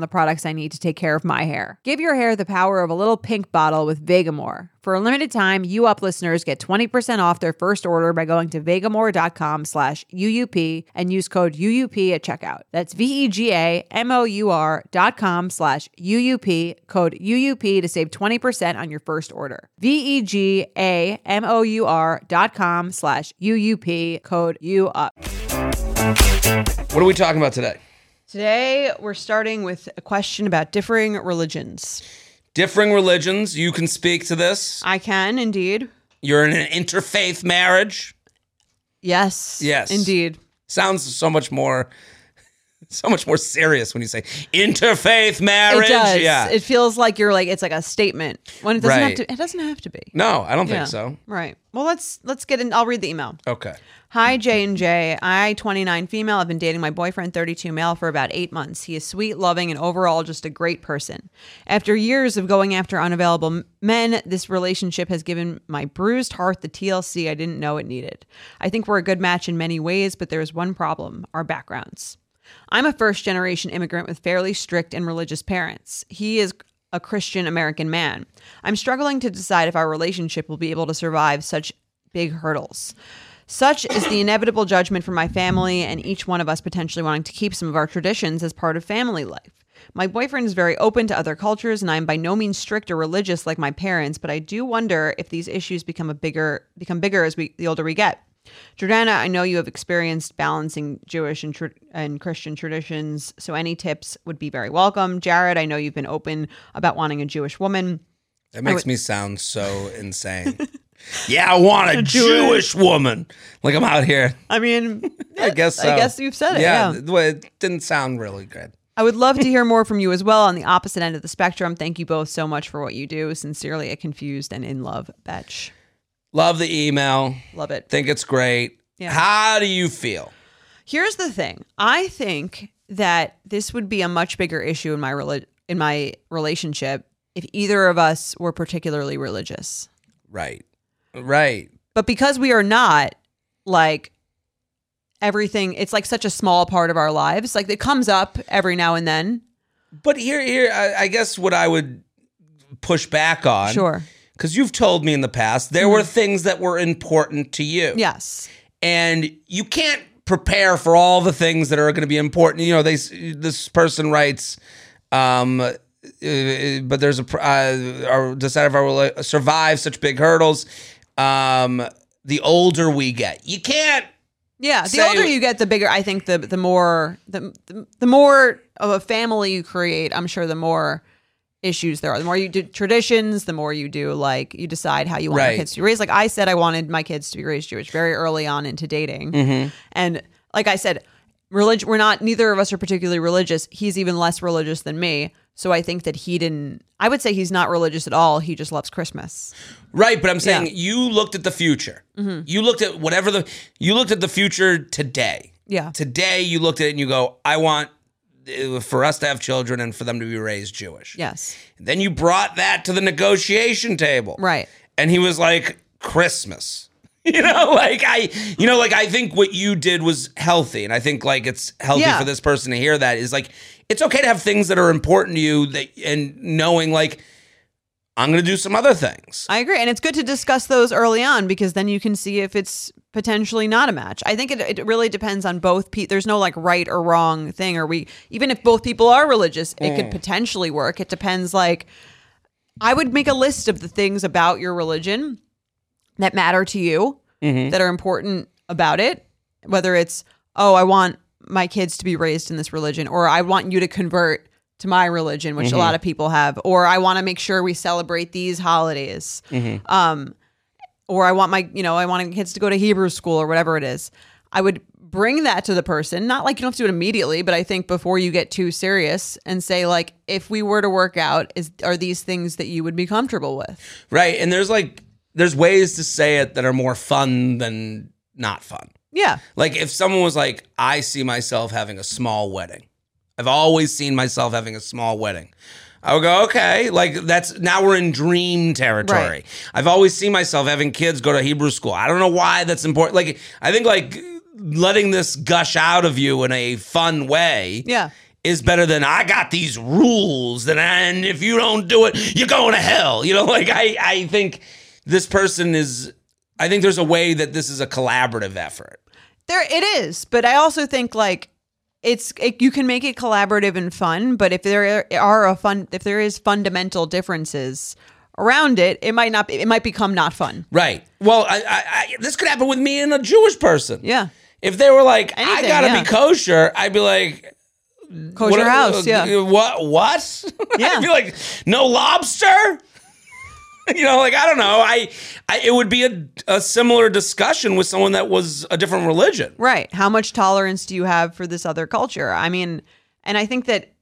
Speaker 1: the products I need to take care of my hair. Give your hair the power of a little pink bottle with Vegamore. For a limited time, you up listeners get 20% off their first order by going to vegamore.com slash UUP and use code UUP at checkout. That's E V-E-G-A-M-O-U-R dot com slash UUP, code UUP to save 20% on your first order. E V-E-G-A-M-O-U-R dot com slash UUP, code UUP.
Speaker 2: What are we talking about today?
Speaker 1: Today, we're starting with a question about differing religions.
Speaker 2: Differing religions. You can speak to this.
Speaker 1: I can indeed.
Speaker 2: You're in an interfaith marriage.
Speaker 1: Yes.
Speaker 2: Yes.
Speaker 1: Indeed.
Speaker 2: Sounds so much more, so much more serious when you say interfaith marriage.
Speaker 1: It does.
Speaker 2: Yeah.
Speaker 1: It feels like you're like it's like a statement when it doesn't
Speaker 2: Right.
Speaker 1: have to. It doesn't have to be.
Speaker 2: no, I don't
Speaker 1: Yeah.
Speaker 2: think so.
Speaker 1: Right. Well, let's let's get in. I'll read the email.
Speaker 2: Okay.
Speaker 1: Hi J and J. I, 29 female, have been dating my boyfriend, 32 male, for about eight months. He is sweet, loving, and overall just a great person. After years of going after unavailable m- men, this relationship has given my bruised heart the TLC I didn't know it needed. I think we're a good match in many ways, but there is one problem: our backgrounds. I'm a first generation immigrant with fairly strict and religious parents. He is a Christian American man. I'm struggling to decide if our relationship will be able to survive such big hurdles. Such is the inevitable judgment for my family and each one of us potentially wanting to keep some of our traditions as part of family life. My boyfriend is very open to other cultures, and I am by no means strict or religious like my parents. But I do wonder if these issues become a bigger become bigger as we the older we get. Jordana, I know you have experienced balancing Jewish and, tr- and Christian traditions, so any tips would be very welcome. Jared, I know you've been open about wanting a Jewish woman.
Speaker 2: That makes me sound so insane. yeah, I want a Jewish woman. Like I'm out here.
Speaker 1: I mean,
Speaker 2: I guess so.
Speaker 1: I guess you've said it.
Speaker 2: Yeah,
Speaker 1: yeah.
Speaker 2: th- well, it didn't sound really good.
Speaker 1: I would love to hear more from you as well on the opposite end of the spectrum. Thank you both so much for what you do. Sincerely, a confused and in love betch.
Speaker 2: Love the email.
Speaker 1: Love it.
Speaker 2: Think it's great.
Speaker 1: Yeah.
Speaker 2: How do you feel?
Speaker 1: Here's the thing. I think that this would be a much bigger issue in my reli- in my relationship if either of us were particularly religious.
Speaker 2: Right. Right.
Speaker 1: But because we are not, like everything, it's like such a small part of our lives. Like it comes up every now and then.
Speaker 2: But here, here, I, I guess what I would push back on.
Speaker 1: Sure. Mm-hmm.
Speaker 2: Because you've told me in the past there were things that were important to you.
Speaker 1: Yes.
Speaker 2: and you can't prepare for all the things that are going to be important. You know, they this person writes, um, uh, but there's a pr- uh, our decide if I will uh, survive such big hurdles. Um, the older we get, you can't.
Speaker 1: Yeah, the
Speaker 2: say-
Speaker 1: older you get, the bigger I think the the more the the more of a family you create. I'm sure the more issues there are. The more you do traditions, the more you do like you decide how you want
Speaker 2: Right.
Speaker 1: your kids to be raised. Like I said, I wanted my kids to be raised Jewish very early on into dating,
Speaker 2: Mm-hmm.
Speaker 1: and like I said, religion. We're not. Neither of us are particularly religious. He's even less religious than me. So I think that he didn't. I would say he's not religious at all. He just loves Christmas.
Speaker 2: Right, but I'm saying
Speaker 1: Yeah. Mm-hmm.
Speaker 2: you looked at the future. You looked at whatever the you looked at the future today.
Speaker 1: Yeah.
Speaker 2: Today you looked at it and you go, I want uh, for us to have children and for them to be raised Jewish.
Speaker 1: Yes.
Speaker 2: Then you brought that to the negotiation table.
Speaker 1: Right.
Speaker 2: and he was like christmas you know like i you know like i think what you did was healthy and i think like it's healthy
Speaker 1: Yeah.
Speaker 2: for this person to hear that is like it's okay to have things that are important to you that and knowing like i'm gonna do some other things
Speaker 1: I agree, and it's good to discuss those early on because then you can see if it's potentially not a match. I think it, it really depends on both. Pe- There's no like right or wrong thing, or we even if both people are religious, it could potentially work. It depends. Like, I would make a list of the things about your religion that matter to you that are important about it. Whether it's oh, I want my kids to be raised in this religion, or I want you to convert to my religion, which a lot of people have, or I want to make sure we celebrate these holidays Um, or I want my, you know, I want my kids to go to Hebrew school or whatever it is. I would bring that to the person. Not like you don't have to do it immediately, but I think before you get too serious and say like, if we were to work out, is are these things that you would be comfortable with?
Speaker 2: right and there's like there's ways to say it that are more fun than not fun
Speaker 1: Yeah,
Speaker 2: like if someone was like i see myself having a small wedding i've always seen myself having a small wedding i would go okay like that's now we're in dream territory
Speaker 1: Right.
Speaker 2: i've always seen myself having kids go to hebrew school i don't know why that's important like i think like letting this gush out of you in a fun way
Speaker 1: yeah,
Speaker 2: is better than I got these rules, and, and if you don't do it, you're going to hell. You know, like I, I think this person is. I think there's a way that this is a collaborative effort.
Speaker 1: there it is. But I also think like it's it, you can make it collaborative and fun. But if there are a fun, if there is fundamental differences around it, it might not. Be, it might become not fun.
Speaker 2: Right. Well, I, I, I, this could happen with me and a Jewish person.
Speaker 1: Yeah,
Speaker 2: If they were like, I
Speaker 1: Anything,
Speaker 2: gotta
Speaker 1: yeah.
Speaker 2: be kosher, I'd be like,
Speaker 1: kosher
Speaker 2: what- uh,
Speaker 1: house. yeah,
Speaker 2: What? What?
Speaker 1: Yeah.
Speaker 2: I'd be like, no lobster. you know, like I don't know. I, I it would be a, a similar discussion with someone that was a different religion.
Speaker 1: Right. How much tolerance do you have for this other culture? I mean, and I think that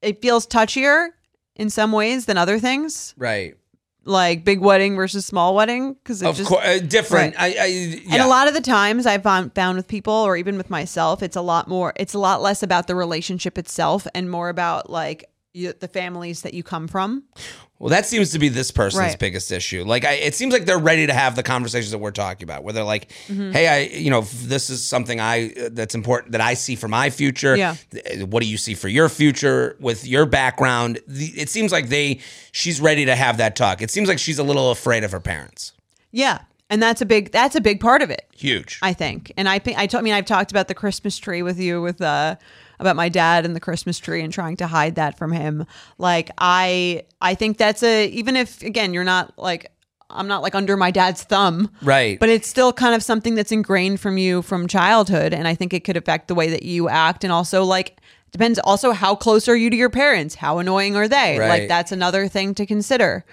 Speaker 1: it feels touchier in some ways than other things,
Speaker 2: Right.
Speaker 1: like big wedding versus small wedding, because
Speaker 2: Of course, uh, different. I, I
Speaker 1: And
Speaker 2: yeah.
Speaker 1: a lot of the times I've found, found with people or even with myself, it's a lot more, it's a lot less about the relationship itself and more about like you, the families that you come from.
Speaker 2: Well, that seems to be this person's
Speaker 1: Right.
Speaker 2: biggest issue. Like, I, it seems like they're ready to have the conversations that we're talking about, where they're like,
Speaker 1: Mm-hmm.
Speaker 2: "Hey, I, you know, f- this is something I uh, that's important that I see for my future.
Speaker 1: Yeah.
Speaker 2: Th- What do you see for your future with your background?" The, it seems like they, she's ready to have that talk. It seems like she's a little afraid of her parents.
Speaker 1: Yeah. and that's a big that's a big part of it.
Speaker 2: Huge.
Speaker 1: I think. And I think I to- I mean I've talked about the Christmas tree with you with uh about my dad and the Christmas tree and trying to hide that from him. Like I I think that's a even if again you're not like I'm not like under my dad's thumb.
Speaker 2: Right.
Speaker 1: But it's still kind of something that's ingrained from you from childhood and I think it could affect the way that you act and also like depends also how close are you to your parents? How annoying are they?
Speaker 2: Right.
Speaker 1: Like that's another thing to consider.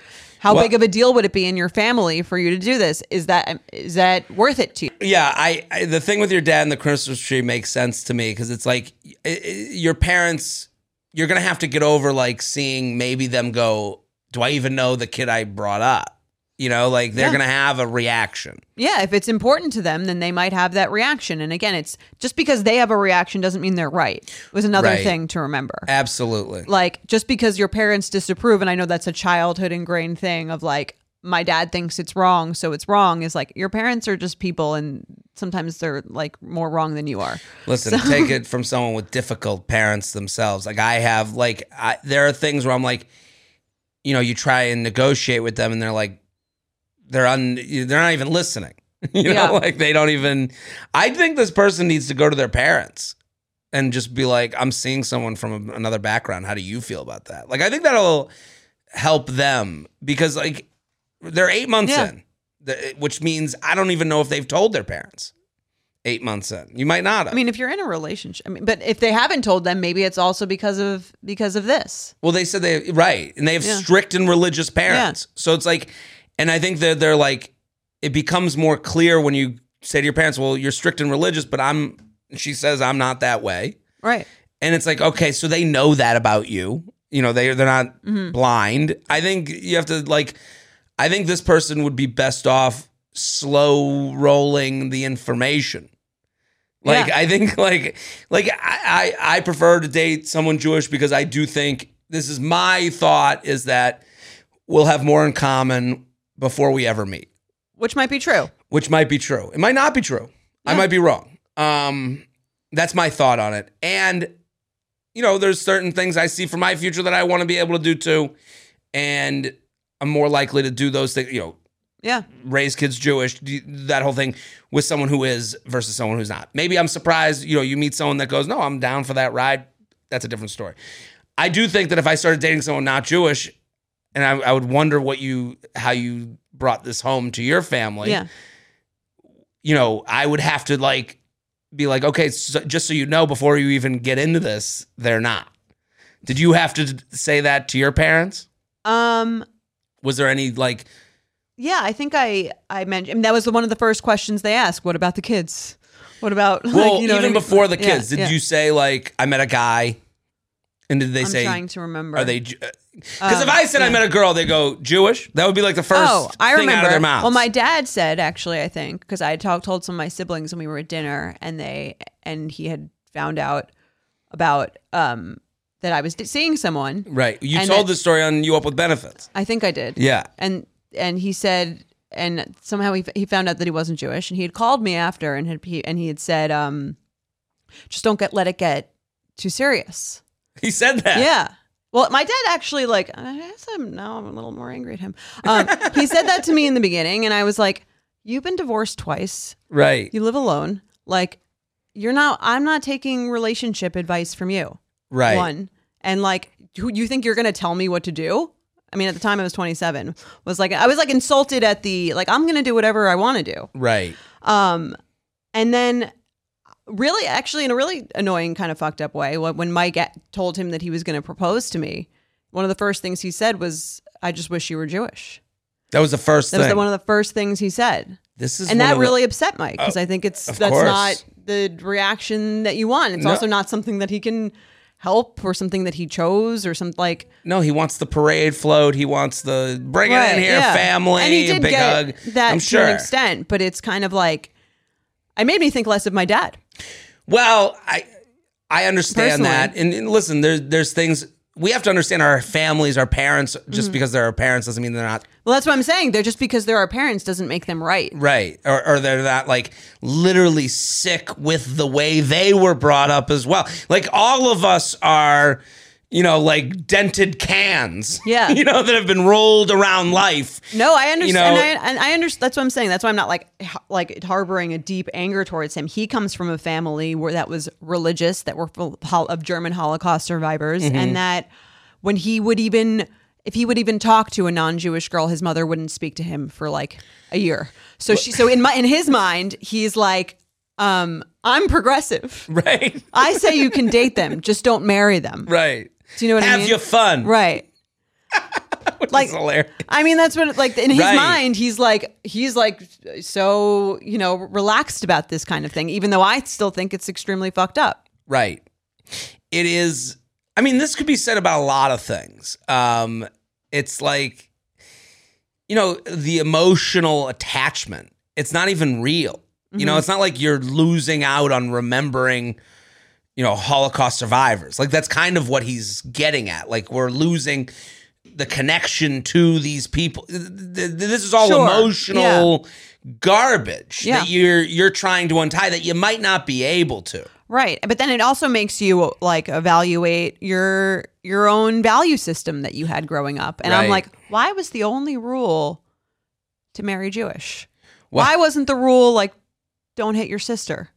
Speaker 1: How big of a deal would it be in your family for you to do this? Is that is that worth it to you?
Speaker 2: yeah, I, I the thing with your dad and the Christmas tree makes sense to me because it's like i i your parents, you're gonna have to get over like seeing maybe them go, do I even know the kid I brought up? You know, like they're
Speaker 1: Yeah.
Speaker 2: gonna have a reaction.
Speaker 1: Yeah, if it's important to them, then they might have that reaction. And again, it's just because they have a reaction doesn't mean they're right. Was another
Speaker 2: Right.
Speaker 1: thing to remember.
Speaker 2: Absolutely.
Speaker 1: Like just because your parents disapprove, and I know that's a childhood ingrained thing of like my dad thinks it's wrong, so it's wrong. Is like your parents are just people, and sometimes they're like more wrong than you are.
Speaker 2: Listen, take it from someone with difficult parents themselves. Like I have, like I, there are things where I'm like, you know, you try and negotiate with them, and they're like, they're un, they're not even listening. You know,
Speaker 1: Yeah.
Speaker 2: like they don't even. I think this person needs to go to their parents and just be like, I'm seeing someone from another background. How do you feel about that? Like, I think that'll help them because like they're eight months
Speaker 1: Yeah.
Speaker 2: in, The- which means I don't even know if they've told their parents. Eight months in, you might not. Have.
Speaker 1: I mean, if you're in a relationship, I mean, but if they haven't told them, maybe it's also because of because of this.
Speaker 2: Well, they said they right, and they have strict and religious parents. So it's like, and I think that they're like, it becomes more clear when you say to your parents, "Well, you're strict and religious," but I'm. She says I'm not that way,
Speaker 1: Right.
Speaker 2: and it's like, okay, so they know that about you. You know, they they're not blind. I think you have to like. I think this person would be best off slow rolling the information. Like
Speaker 1: Yeah.
Speaker 2: I think like like I, I I prefer to date someone Jewish because I do think this is my thought is that we'll have more in common before we ever meet,
Speaker 1: Which might be true.
Speaker 2: which might be true. It might not be true. I might be wrong. Um that's my thought on it. And you know, there's certain things I see for my future that I want to be able to do too and I'm more likely to do those things, you know,
Speaker 1: Yeah.
Speaker 2: raise kids Jewish, d- that whole thing with someone who is versus someone who's not. Maybe I'm surprised, you know, you meet someone that goes, no, I'm down for that ride. That's a different story. I do think that if I started dating someone not Jewish, and I, I would wonder what you, how you brought this home to your family,
Speaker 1: Yeah.
Speaker 2: you know, I would have to like be like, okay, so, just so you know, before you even get into this, they're not. Did you have to d- say that to your parents?
Speaker 1: Um.
Speaker 2: Was there any like,
Speaker 1: Yeah, I think I I mentioned I mean, that was one of the first questions they asked. What about the kids? What about like,
Speaker 2: Well,
Speaker 1: you know what I
Speaker 2: even
Speaker 1: mean?
Speaker 2: before the
Speaker 1: Yeah,
Speaker 2: kids, did
Speaker 1: yeah.
Speaker 2: you say like I met a guy, and did they
Speaker 1: I'm
Speaker 2: say
Speaker 1: trying to remember.
Speaker 2: are they? Because if I said I
Speaker 1: yeah.
Speaker 2: met a girl, they go Jewish. That would be like the first
Speaker 1: Oh, I
Speaker 2: thing
Speaker 1: remember.
Speaker 2: out of their mouth.
Speaker 1: Well, my dad said actually, I think because I had talked told some of my siblings when we were at dinner, and they and he had found out about um that I was d- seeing someone.
Speaker 2: right. You
Speaker 1: and
Speaker 2: told
Speaker 1: that-
Speaker 2: this story on You Up with Benefits.
Speaker 1: I think I did.
Speaker 2: Yeah.
Speaker 1: and and he said and somehow he, he found out that he wasn't Jewish and he had called me after and had he, and he had said um just don't get let it get too serious
Speaker 2: He said that.
Speaker 1: yeah well my dad actually like I guess I'm now I'm a little more angry at him um he said that to me in the beginning and I was like you've been divorced twice
Speaker 2: Right.
Speaker 1: you live alone like you're not I'm not taking relationship advice from you
Speaker 2: Right.
Speaker 1: one and like who you think you're gonna tell me what to do i mean at the time i was 27 was like i was like insulted at the like i'm gonna do whatever i want to do
Speaker 2: Right.
Speaker 1: um and then really actually in a really annoying kind of fucked up way when when mike a- told him that he was gonna propose to me one of the first things he said was i just wish you were jewish
Speaker 2: That was the first
Speaker 1: that
Speaker 2: thing.
Speaker 1: was the, one of the first things he said
Speaker 2: this is
Speaker 1: and
Speaker 2: one
Speaker 1: that
Speaker 2: of the- Uh,
Speaker 1: really upset Mike because I think it's
Speaker 2: of
Speaker 1: that's
Speaker 2: course.
Speaker 1: not the reaction that you want. It's
Speaker 2: No.
Speaker 1: also not something that he can help or something that he chose or something like
Speaker 2: no. He wants the parade float. He wants the bring it
Speaker 1: Right,
Speaker 2: in here,
Speaker 1: yeah.
Speaker 2: family,
Speaker 1: And he did
Speaker 2: big
Speaker 1: get
Speaker 2: hug.
Speaker 1: that
Speaker 2: I'm
Speaker 1: to
Speaker 2: sure.
Speaker 1: an extent, but it's kind of like it made me think less of my dad.
Speaker 2: Well, I I understand
Speaker 1: Personally.
Speaker 2: that, and, and listen, there's there's things we have to understand. Our families, our parents, just
Speaker 1: Mm-hmm.
Speaker 2: because they're our parents doesn't mean they're not
Speaker 1: Well, that's what I'm saying. They're just because they're our parents doesn't make them right.
Speaker 2: right, or, or they're not like literally sick with the way they were brought up as well. Like all of us are. you know, like dented cans.
Speaker 1: Yeah. Mm.
Speaker 2: You know, that have been rolled around life.
Speaker 1: No, I understand.
Speaker 2: You know-
Speaker 1: and I, and I understand. That's what I'm saying. That's why I'm not like h- like harboring a deep anger towards him. He comes from a family where that was religious, that were full of hol- of German Holocaust survivors,
Speaker 2: Mm-hmm.
Speaker 1: and that when he would even if he would even talk to a non-Jewish girl, his mother wouldn't speak to him for like a year. So she, so in my in his mind, he's like, um, I'm progressive.
Speaker 2: Right.
Speaker 1: I say you can date them, just don't marry them.
Speaker 2: Right.
Speaker 1: Do you know what I
Speaker 2: have
Speaker 1: mean?
Speaker 2: your fun.
Speaker 1: Right.
Speaker 2: Like,
Speaker 1: like-
Speaker 2: hilarious.
Speaker 1: I mean, that's what like in his
Speaker 2: Right.
Speaker 1: mind, he's like he's like so you know relaxed about this kind of thing, even though I still think it's extremely fucked up.
Speaker 2: Right. It is. I mean, this could be said about a lot of things. Um, it's like, you know, the emotional attachment. It's not even real. You
Speaker 1: Mm-hmm.
Speaker 2: know, it's not like you're losing out on remembering, you know, Holocaust survivors. Like that's kind of what he's getting at. Like we're losing the connection to these people. Th- th- This is all
Speaker 1: Sure.
Speaker 2: emotional garbage
Speaker 1: Yeah.
Speaker 2: that you're you're trying to untie that you might not be able to.
Speaker 1: Right, but then it also makes you like evaluate your your own value system that you had growing up, and
Speaker 2: Right.
Speaker 1: I'm like, why was the only rule to marry Jewish?
Speaker 2: Why-
Speaker 1: Why wasn't the rule like don't hit your sister?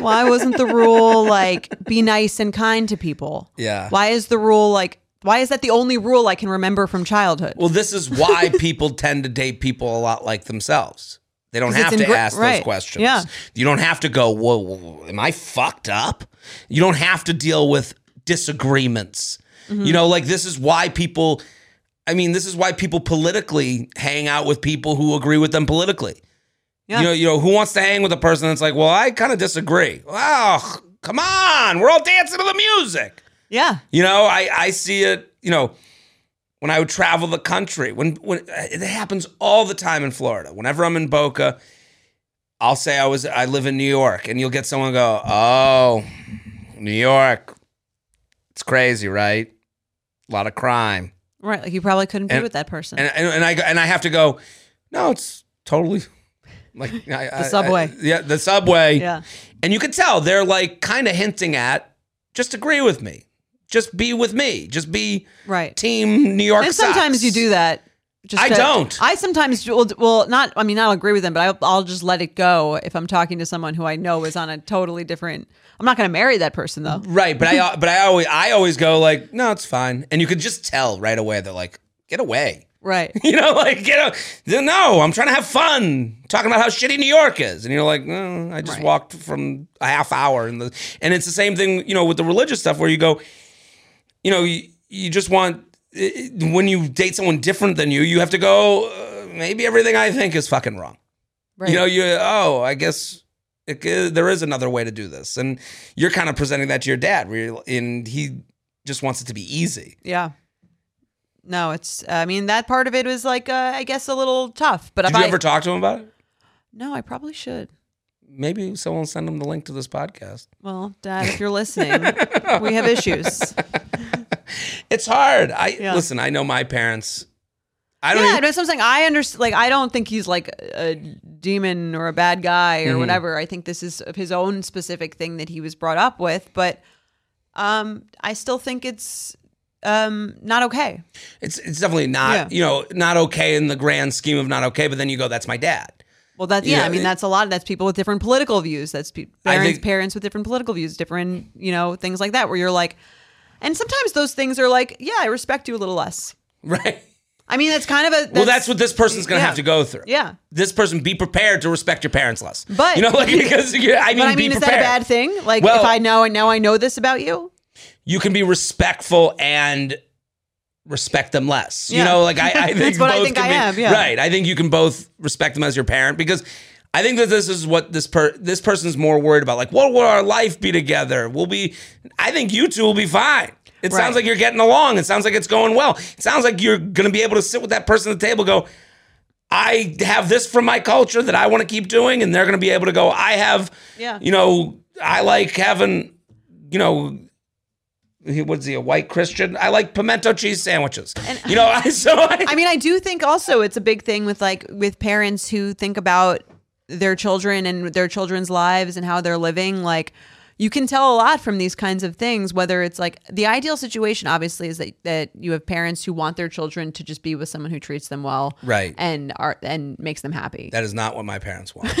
Speaker 1: Why wasn't the rule like be nice and kind to people?
Speaker 2: Yeah.
Speaker 1: Why is the rule like? Why is that the only rule I can remember from childhood?
Speaker 2: Well, this is why people tend to date people a lot like themselves. They don't
Speaker 1: 'Cause it's
Speaker 2: have to
Speaker 1: ingra-
Speaker 2: ask those
Speaker 1: right.
Speaker 2: questions.
Speaker 1: Yeah.
Speaker 2: You don't have to go, whoa, whoa, whoa, am I fucked up? You don't have to deal with disagreements.
Speaker 1: Mm-hmm.
Speaker 2: You know, like this is why people, I mean, this is why people politically hang out with people who agree with them politically.
Speaker 1: Yeah.
Speaker 2: You know, you know, who wants to hang with a person that's like, well, I kind of disagree. Oh, come on. We're all dancing to the music.
Speaker 1: yeah.
Speaker 2: You know, I I see it. You know, when I would travel the country, when when it happens all the time in Florida. Whenever I'm in Boca, I'll say I was I live in New York, and you'll get someone go, "Oh, New York, it's crazy, right? A lot of crime."
Speaker 1: Right, like you probably couldn't
Speaker 2: And-
Speaker 1: be with that person.
Speaker 2: And and, and I and I have to go, "No, it's totally." Like I, the
Speaker 1: subway.
Speaker 2: yeah, the subway.
Speaker 1: yeah,
Speaker 2: And you could tell they're like kind of hinting at just agree with me. Just be with me. Just be
Speaker 1: right.
Speaker 2: team New York
Speaker 1: And sometimes
Speaker 2: Sox.
Speaker 1: you do that. Just
Speaker 2: I
Speaker 1: to-
Speaker 2: don't.
Speaker 1: I sometimes will. Well, not. I mean, I'll agree with them, but I'll, I'll just let it go if I'm talking to someone who I know is on a totally different. I'm not going to marry that person though.
Speaker 2: Right, but I but I always I always go like, no, it's fine. And you could just tell right away they're like, get away.
Speaker 1: Right.
Speaker 2: You know, like get out. No, I'm trying to have fun. Talking about how shitty New York is, and you're like, "No, I just walked from a half hour, and the and it's the same thing, you know, with the religious stuff where you go, you know, you, you just want i- i- when you date someone different than you, you have to go. Uh, maybe everything I think is fucking wrong.
Speaker 1: Right.
Speaker 2: You know, you oh, I guess it, c- there is another way to do this, and you're kind of presenting that to your dad, where you're- and he just wants it to be easy.
Speaker 1: yeah. No, it's. I mean, that part of it was like, uh, I guess, a little tough. But
Speaker 2: Did
Speaker 1: if
Speaker 2: you
Speaker 1: I,
Speaker 2: ever talk to him about it?
Speaker 1: No, I probably should.
Speaker 2: Maybe someone will send him the link to this podcast.
Speaker 1: Well, Dad, if you're listening, we have issues.
Speaker 2: It's hard. I
Speaker 1: Yeah.
Speaker 2: listen. I know my parents. I don't.
Speaker 1: yeah,
Speaker 2: even-
Speaker 1: that's what I'm saying. I understand. Like, I don't think he's like a demon or a bad guy or
Speaker 2: Mm-hmm.
Speaker 1: whatever. I think this is of his own specific thing that he was brought up with. But um, I still think it's um, not okay.
Speaker 2: it's it's definitely not.
Speaker 1: Yeah.
Speaker 2: You know, not okay in the grand scheme of not okay. But then you go, that's my dad.
Speaker 1: Well, that's yeah.
Speaker 2: Yeah,
Speaker 1: I mean,
Speaker 2: it-
Speaker 1: that's a lot. That's people with different political views. That's pe-
Speaker 2: I
Speaker 1: parents,
Speaker 2: think-
Speaker 1: parents with different political views, different you know things like that. Where you're like, and sometimes those things are like, yeah, I respect you a little less.
Speaker 2: Right.
Speaker 1: I mean, that's kind of a
Speaker 2: well, that's what this person's going to
Speaker 1: yeah.
Speaker 2: have to go through.
Speaker 1: yeah.
Speaker 2: This person be prepared to respect your parents less.
Speaker 1: But-
Speaker 2: you know, like because you- I mean,
Speaker 1: But I mean,
Speaker 2: be
Speaker 1: is that a
Speaker 2: prepared.
Speaker 1: bad thing? Like,
Speaker 2: Well-
Speaker 1: if I know and now I know this about you,
Speaker 2: you can be respectful and respect them less. You
Speaker 1: Yeah.
Speaker 2: know, like I, I think
Speaker 1: That's what I
Speaker 2: both
Speaker 1: think
Speaker 2: can
Speaker 1: I
Speaker 2: be
Speaker 1: am, yeah.
Speaker 2: right. I think you can both respect them as your parent because I think that this is what this per this person's more worried about. Like, what will our life be together? We'll be. I think you two will be fine. It sounds
Speaker 1: Right.
Speaker 2: like you're getting along. It sounds like it's going well. It sounds like you're going to be able to sit with that person at the table. and Go. I have this from my culture that I want to keep doing, and they're going to be able to go. I have,
Speaker 1: Yeah.
Speaker 2: you know, I like having, you know, he was he a white Christian? I like pimento cheese sandwiches. you know, I, so I,
Speaker 1: I mean, I do think also it's a big thing with like with parents who think about their children and their children's lives and how they're living. Like, you can tell a lot from these kinds of things whether it's like the ideal situation obviously is that, that you have parents who want their children to just be with someone who treats them well
Speaker 2: Right.
Speaker 1: and are and makes them happy
Speaker 2: That is not what my parents want.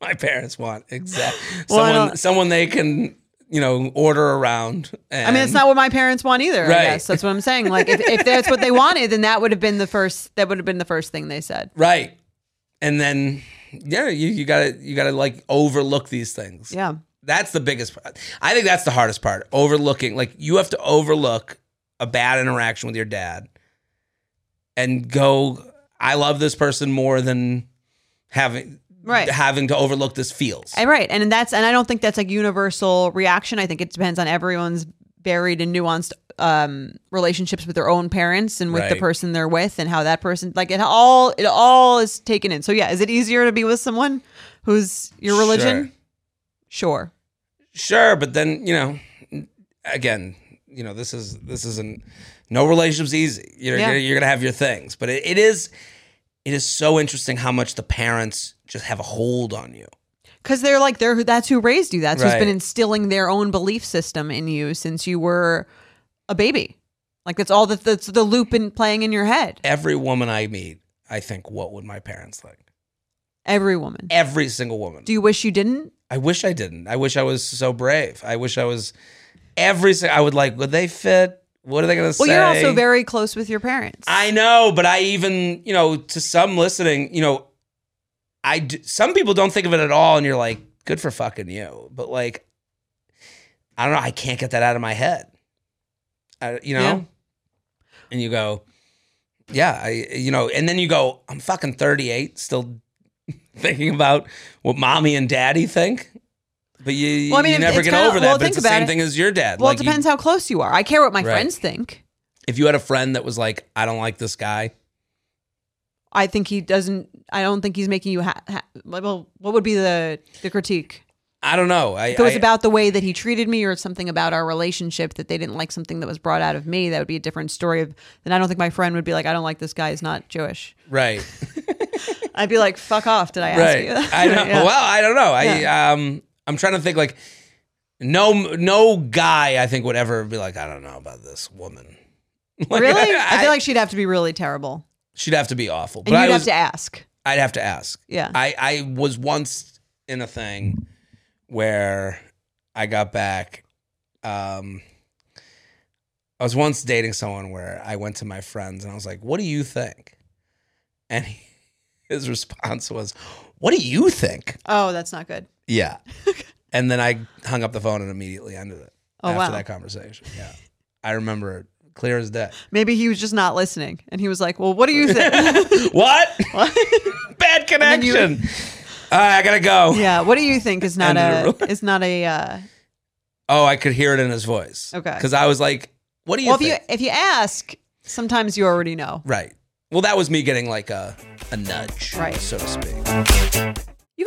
Speaker 2: my parents want exactly
Speaker 1: I
Speaker 2: someone
Speaker 1: don't-
Speaker 2: someone they can you know order around. And
Speaker 1: I mean, it's not what my parents want either.
Speaker 2: Right.
Speaker 1: I guess that's what I'm saying. Like, if, if that's what they wanted, then that would have been the first. That would have been the first thing they said.
Speaker 2: right. And then yeah, you you gotta you gotta like overlook these things.
Speaker 1: Yeah.
Speaker 2: That's the biggest. part. I think that's the hardest part. Overlooking, like you have to overlook a bad interaction with your dad, and go. I love this person more than having
Speaker 1: Right.
Speaker 2: having to overlook this feels.
Speaker 1: And right. And that's and I don't think that's like universal reaction. I think it depends on everyone's varied and nuanced um relationships with their own parents and with the
Speaker 2: Right.
Speaker 1: person they're with and how that person like it all it all is taken in. So yeah, is it easier to be with someone who's your religion? Sure.
Speaker 2: Sure, but then you know, again, you know, this is this isn't no relationship's easy. You're
Speaker 1: Yeah.
Speaker 2: you're, you're gonna have your things, but it, it is it is so interesting how much the parents just have a hold on you.
Speaker 1: Because they're like they're who- that's who raised you. That's who's
Speaker 2: Right.
Speaker 1: been instilling their own belief system in you since you were a baby. Like that's all that that's the loop in playing in your head.
Speaker 2: Every woman I meet, I think, what would my parents think?
Speaker 1: Every woman.
Speaker 2: Every single woman.
Speaker 1: Do you wish you didn't?
Speaker 2: I wish I didn't. I wish I was so brave. I wish I was every. sing- I would like. Would they fit? What are they gonna say?
Speaker 1: Well, you're also very close with your parents.
Speaker 2: I know, but I even, you know, to some listening, you know, I d- some people don't think of it at all, and you're like, good for fucking you. But like, I don't know, I can't get that out of my head. I, you know,
Speaker 1: Yeah.
Speaker 2: and you go, yeah, I, you know, and then you go, I'm fucking 38, still thinking about what mommy and daddy think. But you,
Speaker 1: Well, I mean,
Speaker 2: you
Speaker 1: it-
Speaker 2: never
Speaker 1: it's
Speaker 2: get
Speaker 1: kinda-
Speaker 2: over that.
Speaker 1: well,
Speaker 2: but it's the
Speaker 1: think about
Speaker 2: same
Speaker 1: it.
Speaker 2: thing as your dad.
Speaker 1: well,
Speaker 2: like, you-
Speaker 1: it depends how close you are. I care what my
Speaker 2: Right.
Speaker 1: friends think.
Speaker 2: if you had a friend that was like, I don't like this guy.
Speaker 1: I think he doesn't. I don't think he's making you. Ha- ha- well, what would be the the critique?
Speaker 2: I don't know. I,
Speaker 1: If it was
Speaker 2: I-
Speaker 1: about the way that he treated me, or something about our relationship that they didn't like something that was brought out of me, that would be a different story. Of then, I don't think my friend would be like, "I don't like this guy. He's not Jewish."
Speaker 2: Right.
Speaker 1: I'd be like, "Fuck off!" Did I ask
Speaker 2: Right.
Speaker 1: you? that?
Speaker 2: I know.
Speaker 1: Yeah.
Speaker 2: Well, I don't know. I um I'm trying to think like no no guy I think would ever be like I don't know about this woman. Like,
Speaker 1: really? I,
Speaker 2: I-
Speaker 1: feel like she'd have to be really terrible,
Speaker 2: she'd have to be awful.
Speaker 1: and
Speaker 2: But I
Speaker 1: you'd
Speaker 2: was
Speaker 1: have to ask.
Speaker 2: I'd have to ask.
Speaker 1: Yeah.
Speaker 2: I I was once in a thing where I got back um I was once dating someone where I went to my friends and I was like, "What do you think?" And he, his response was, "What do you think?"
Speaker 1: oh, that's not good.
Speaker 2: Yeah. and then I hung up the phone and immediately ended it
Speaker 1: Oh,
Speaker 2: after
Speaker 1: wow.
Speaker 2: that conversation. Yeah. I remember it clear as day.
Speaker 1: Maybe he was just not listening, and he was like, "Well, what do you think?"
Speaker 2: What?
Speaker 1: What?
Speaker 2: Bad
Speaker 1: then you-
Speaker 2: connection. All right, I gotta go.
Speaker 1: yeah, what do you think is not
Speaker 2: Ended it
Speaker 1: a is not a. Uh,
Speaker 2: Oh, I could hear it in his voice.
Speaker 1: Okay.
Speaker 2: Because I was like, what do you
Speaker 1: well, if
Speaker 2: think?
Speaker 1: you if you ask, sometimes you already know.
Speaker 2: right. Well, that was me getting like a, a nudge,
Speaker 1: Right.
Speaker 2: so to speak.
Speaker 4: You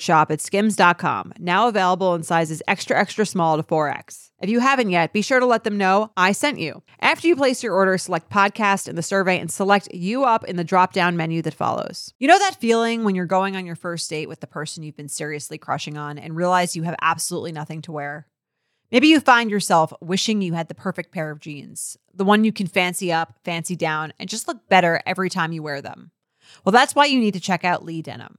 Speaker 4: shop at skims.com, now available in sizes extra, extra small to 4X. If you haven't yet, be sure to let them know I sent you. After you place your order, select podcast in the survey and select you up in the drop down menu that follows. You know that feeling when you're going on your first date with the person you've been seriously crushing on and realize you have absolutely nothing to wear? Maybe you find yourself wishing you had the perfect pair of jeans, the one you can fancy up, fancy down, and just look better every time you wear them. Well, that's why you need to check out Lee Denim.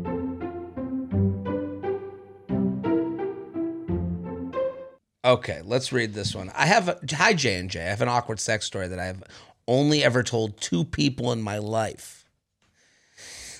Speaker 2: Okay, let's read this one. I have a, hi J and J. I have an awkward sex story that I have only ever told two people in my life.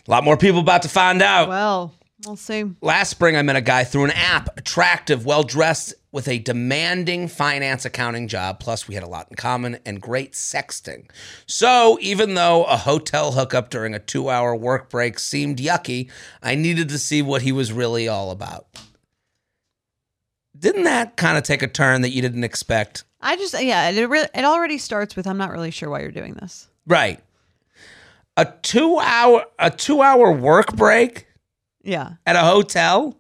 Speaker 2: A lot more people about to find out.
Speaker 1: Well, we'll see.
Speaker 2: Last spring, I met a guy through an app, attractive, well dressed, with a demanding finance accounting job. Plus, we had a lot in common and great sexting. So, even though a hotel hookup during a two hour work break seemed yucky, I needed to see what he was really all about. Didn't that kind of take a turn that you didn't expect?
Speaker 1: I just, uh, yeah, it, re- it already starts with I'm not really sure why you're doing this.
Speaker 2: Right. A two hour a two hour work break
Speaker 1: Yeah.
Speaker 2: at a hotel?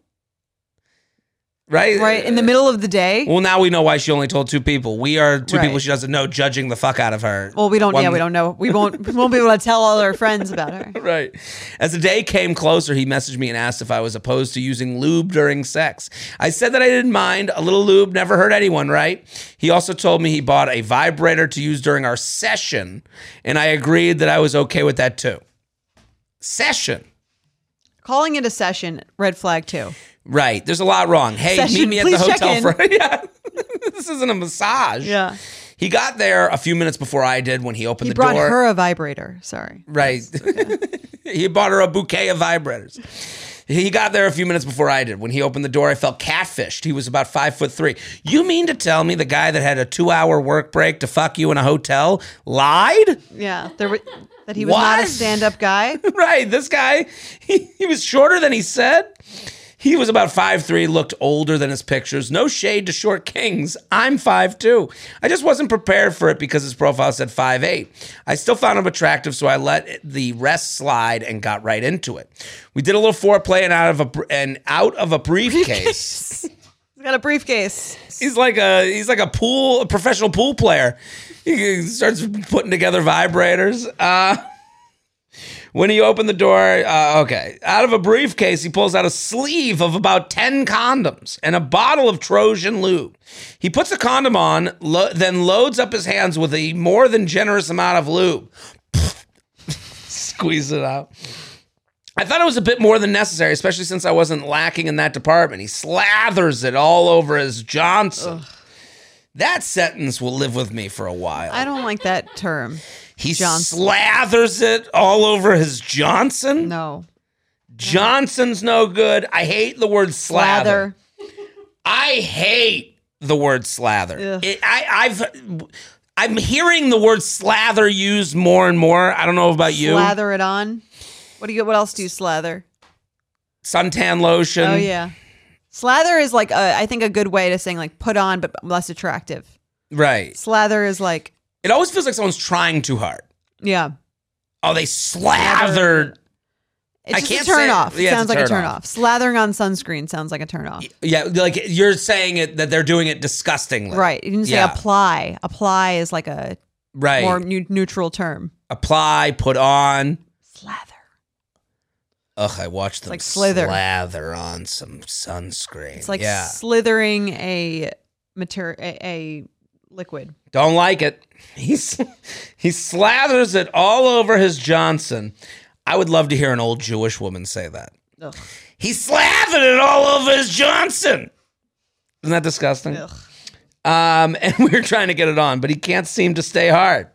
Speaker 2: Right?
Speaker 1: Right. In the middle of the day.
Speaker 2: Well, now we know why she only told two people. We are two
Speaker 1: Right.
Speaker 2: people she doesn't know, judging the fuck out of her.
Speaker 1: Well, we don't,
Speaker 2: One-
Speaker 1: yeah, we don't know. We won't, we won't be able to tell all our friends about her.
Speaker 2: Right. As the day came closer, he messaged me and asked if I was opposed to using lube during sex. I said that I didn't mind. A little lube never hurt anyone, right? He also told me he bought a vibrator to use during our session, and I agreed that I was okay with that too. Session.
Speaker 1: Calling it a session, red flag too.
Speaker 2: Right. There's a lot wrong. Hey, meet
Speaker 1: Session.
Speaker 2: me at
Speaker 1: Please
Speaker 2: the
Speaker 1: check
Speaker 2: hotel
Speaker 1: in.
Speaker 2: for yeah. this isn't a massage.
Speaker 1: Yeah.
Speaker 2: He got there a few minutes before I did when he opened
Speaker 1: He
Speaker 2: the
Speaker 1: brought
Speaker 2: door.
Speaker 1: her a vibrator. Sorry.
Speaker 2: Right. he bought her a bouquet of vibrators. He got there a few minutes before I did. When he opened the door, I felt catfished. He was about five foot three. You mean to tell me the guy that had a two hour work break to fuck you in a hotel lied?
Speaker 1: Yeah. There were, that he was not a
Speaker 2: What?
Speaker 1: stand up guy.
Speaker 2: right. This guy, he, he was shorter than he said. He was about five three, looked older than his pictures. No shade to short kings. I'm five two. I just wasn't prepared for it because his profile said five eight. I still found him attractive, so I let it- the rest slide and got right into it. We did a little foreplay and out of a br- and out of a briefcase.
Speaker 1: He's got a briefcase.
Speaker 2: he's like a he's like a pool a professional pool player. He starts putting together vibrators. Uh, when he opened the door, uh, okay, out of a briefcase, he pulls out a sleeve of about 10 condoms and a bottle of Trojan lube. He puts a condom on, lo- then loads up his hands with a more than generous amount of lube. Squeeze it out. I thought it was a bit more than necessary, especially since I wasn't lacking in that department. He slathers it all over his Johnson. That sentence will live with me for a while.
Speaker 1: I don't like that term.
Speaker 2: he
Speaker 1: Johnson.
Speaker 2: slathers it all over his Johnson.
Speaker 1: No.
Speaker 2: Johnson's no good. I hate the word slather.
Speaker 1: Lather.
Speaker 2: I hate the word slather.
Speaker 1: Ugh.
Speaker 2: It, I, I've I'm hearing the word slather used more and more. I don't know about you.
Speaker 1: Slather it on. What do you? What else do you slather?
Speaker 2: Suntan lotion.
Speaker 1: Oh yeah, slather is like a, I think a good way to saying like put on but less attractive.
Speaker 2: Right.
Speaker 1: Slather is like
Speaker 2: It always feels like someone's trying too hard.
Speaker 1: yeah.
Speaker 2: Oh, they slathered. I
Speaker 1: It's just
Speaker 2: can't
Speaker 1: a turn
Speaker 2: say-
Speaker 1: off. It
Speaker 2: yeah, it's
Speaker 1: sounds
Speaker 2: a
Speaker 1: like a
Speaker 2: turn
Speaker 1: turn
Speaker 2: off.
Speaker 1: off. Slathering on sunscreen sounds like a turn off.
Speaker 2: Yeah, like you're saying it that they're doing it disgustingly.
Speaker 1: Right. You didn't say
Speaker 2: Yeah.
Speaker 1: apply. Apply is like a
Speaker 2: Right.
Speaker 1: more neu- neutral term.
Speaker 2: Apply, put on.
Speaker 1: Slather.
Speaker 2: Ugh, I watched them
Speaker 1: like slither.
Speaker 2: slather on some sunscreen.
Speaker 1: It's like
Speaker 2: yeah.
Speaker 1: slithering a mater a, a liquid.
Speaker 2: Don't like it. He's he slathers it all over his Johnson. I would love to hear an old Jewish woman say that.
Speaker 1: Ugh.
Speaker 2: He slathered it all over his Johnson. Isn't that disgusting?
Speaker 1: Ugh.
Speaker 2: Um, and we were trying to get it on, but he can't seem to stay hard.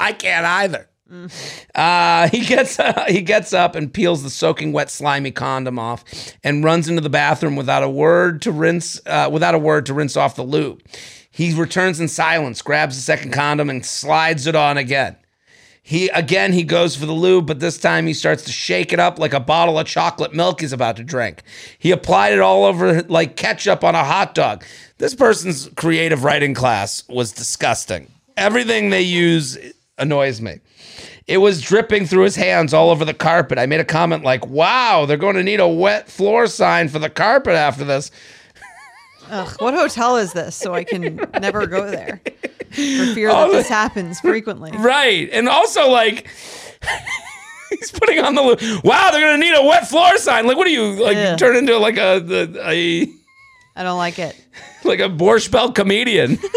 Speaker 2: I can't either. Uh, he gets he gets up and peels the soaking wet slimy condom off, and runs into the bathroom without a word to rinse uh, without a word to rinse off the lube. He returns in silence, grabs the second condom, and slides it on again. He again he goes for the lube, but this time he starts to shake it up like a bottle of chocolate milk he's about to drink. He applied it all over like ketchup on a hot dog. This person's creative writing class was disgusting. Everything they use annoys me. It was dripping through his hands all over the carpet. I made a comment like, "Wow, they're going to need a wet floor sign for the carpet after this."
Speaker 1: Ugh, what hotel is this? So I can never go there for fear that this happens frequently.
Speaker 2: Oh. Right. And also like he's putting on the lo- wow, they're gonna need a wet floor sign. Like, what do you like?
Speaker 1: Yeah.
Speaker 2: Turn into like a, the- a
Speaker 1: I don't like it.
Speaker 2: like a Borscht Belt comedian.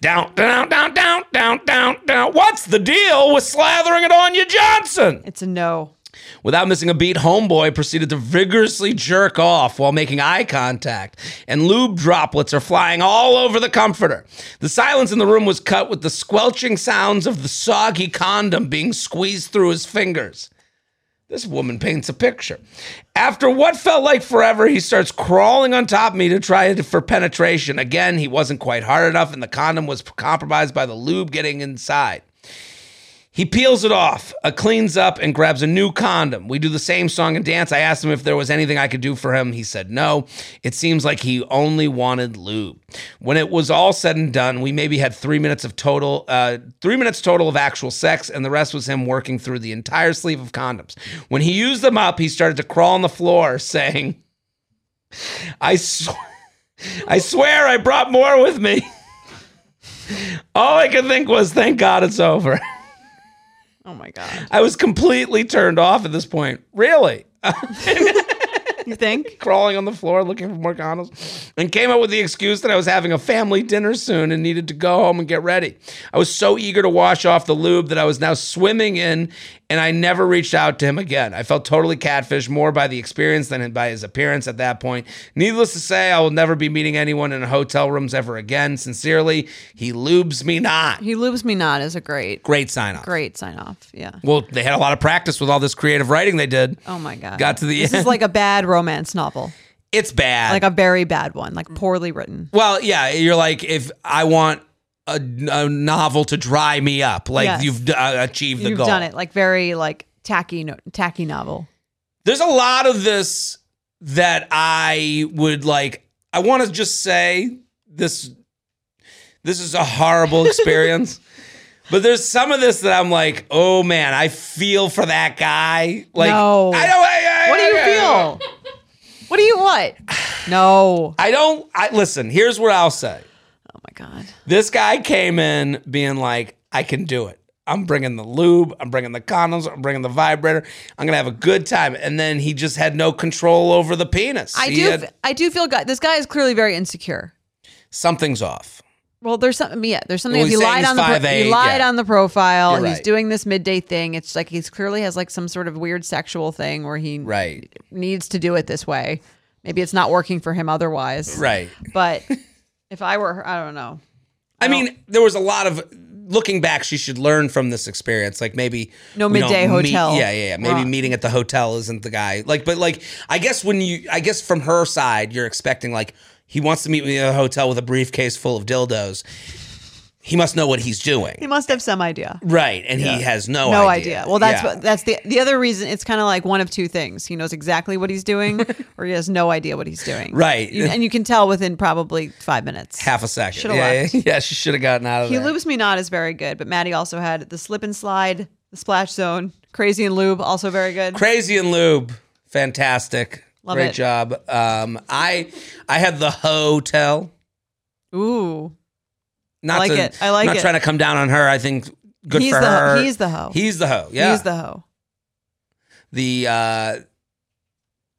Speaker 2: down, down, down, down, down, down, down. What's the deal with slathering it on you, Johnson?
Speaker 1: It's a no.
Speaker 2: Without missing a beat, Homeboy proceeded to vigorously jerk off while making eye contact, and lube droplets are flying all over the comforter. The silence in the room was cut with the squelching sounds of the soggy condom being squeezed through his fingers. This woman paints a picture. After what felt like forever, he starts crawling on top of me to try it for penetration. Again, he wasn't quite hard enough, and the condom was compromised by the lube getting inside. He peels it off, uh, cleans up, and grabs a new condom. We do the same song and dance. I asked him if there was anything I could do for him. He said no. It seems like he only wanted lube. When it was all said and done, we maybe had three minutes of total, uh, three minutes total of actual sex, and the rest was him working through the entire sleeve of condoms. When he used them up, he started to crawl on the floor, saying, "I, sw- I swear, I brought more with me." all I could think was, "Thank God it's over."
Speaker 1: Oh my god.
Speaker 2: I was completely turned off at this point. Really? Uh,
Speaker 1: You think?
Speaker 2: Crawling on the floor looking for more condoms and came up with the excuse that I was having a family dinner soon and needed to go home and get ready. I was so eager to wash off the lube that I was now swimming in and I never reached out to him again. I felt totally catfished more by the experience than by his appearance at that point. Needless to say, I will never be meeting anyone in hotel rooms ever again. Sincerely, he lubes me not.
Speaker 1: He lubes me not is a great,
Speaker 2: Great sign off.
Speaker 1: great sign off. Yeah.
Speaker 2: Well, they had a lot of practice with all this creative writing they did.
Speaker 1: Oh my god.
Speaker 2: Got to the
Speaker 1: This
Speaker 2: end.
Speaker 1: is like a bad romance novel,
Speaker 2: it's bad.
Speaker 1: like a very bad one, like poorly written.
Speaker 2: Well, yeah, you're like if I want a, a novel to dry me up, like
Speaker 1: Yes.
Speaker 2: you've uh, achieved the
Speaker 1: You've
Speaker 2: goal.
Speaker 1: done it, like very like tacky, no- tacky novel.
Speaker 2: There's a lot of this that I would like. I want to just say this. This is a horrible experience. But there's some of this that I'm like, oh man, I feel for that guy. Like,
Speaker 1: No.
Speaker 2: I don't. I, I-
Speaker 1: What do you
Speaker 2: I-
Speaker 1: feel? What do you want? No.
Speaker 2: I don't. I listen. Here's what I'll say.
Speaker 1: Oh my god.
Speaker 2: This guy came in being like, I can do it. I'm bringing the lube. I'm bringing the condoms. I'm bringing the vibrator. I'm going to have a good time. And then he just had no control over the penis.
Speaker 1: I
Speaker 2: He
Speaker 1: do.
Speaker 2: had-
Speaker 1: f- I do feel. God, this guy is clearly very insecure.
Speaker 2: something's off.
Speaker 1: Well, there's something. Yeah, there's something.
Speaker 2: Well,
Speaker 1: he
Speaker 2: he's saying
Speaker 1: lied
Speaker 2: he's
Speaker 1: on the. Pro-
Speaker 2: 5'8",,
Speaker 1: he lied
Speaker 2: yeah.
Speaker 1: on the profile.
Speaker 2: You're
Speaker 1: He's
Speaker 2: right.
Speaker 1: doing this midday thing. It's like he's clearly has like some sort of weird sexual thing where he
Speaker 2: Right.
Speaker 1: needs to do it this way. Maybe it's not working for him otherwise.
Speaker 2: Right.
Speaker 1: But if I were, I don't know.
Speaker 2: I mean, there was a lot of looking back, she should learn from this experience. Like maybe
Speaker 1: No
Speaker 2: we don't
Speaker 1: midday
Speaker 2: meet-
Speaker 1: hotel.
Speaker 2: yeah, yeah, yeah. Maybe
Speaker 1: Wrong.
Speaker 2: meeting at the hotel isn't the guy. Like, but like, I guess when you, I guess from her side, you're expecting like he wants to meet me at a hotel with a briefcase full of dildos. He must know what he's doing.
Speaker 1: He must have some idea.
Speaker 2: Right, and he has no
Speaker 1: no
Speaker 2: idea.
Speaker 1: idea. Well, that's
Speaker 2: Yeah.
Speaker 1: what, that's the the other reason. It's kind of like one of two things: he knows exactly what he's doing, or he has no idea what he's doing.
Speaker 2: Right.
Speaker 1: You- and you can tell within probably five minutes.
Speaker 2: half a second.
Speaker 1: Shoulda
Speaker 2: yeah,
Speaker 1: left.
Speaker 2: yeah, yeah, she should have gotten out of
Speaker 1: he
Speaker 2: there.
Speaker 1: lubes me not is very good, but Maddie also had the slip and slide, the splash zone, crazy and lube also very good.
Speaker 2: Crazy and lube, fantastic,
Speaker 1: Love
Speaker 2: great
Speaker 1: it.
Speaker 2: job. Um, I I had the hotel.
Speaker 1: Ooh,
Speaker 2: Not
Speaker 1: Like
Speaker 2: to-
Speaker 1: it. I like
Speaker 2: Not
Speaker 1: it.
Speaker 2: trying to come down on her. I think good
Speaker 1: he's
Speaker 2: for
Speaker 1: the
Speaker 2: her.
Speaker 1: he's the hoe.
Speaker 2: He's the hoe. Yeah,
Speaker 1: He's the hoe.
Speaker 2: the. Uh,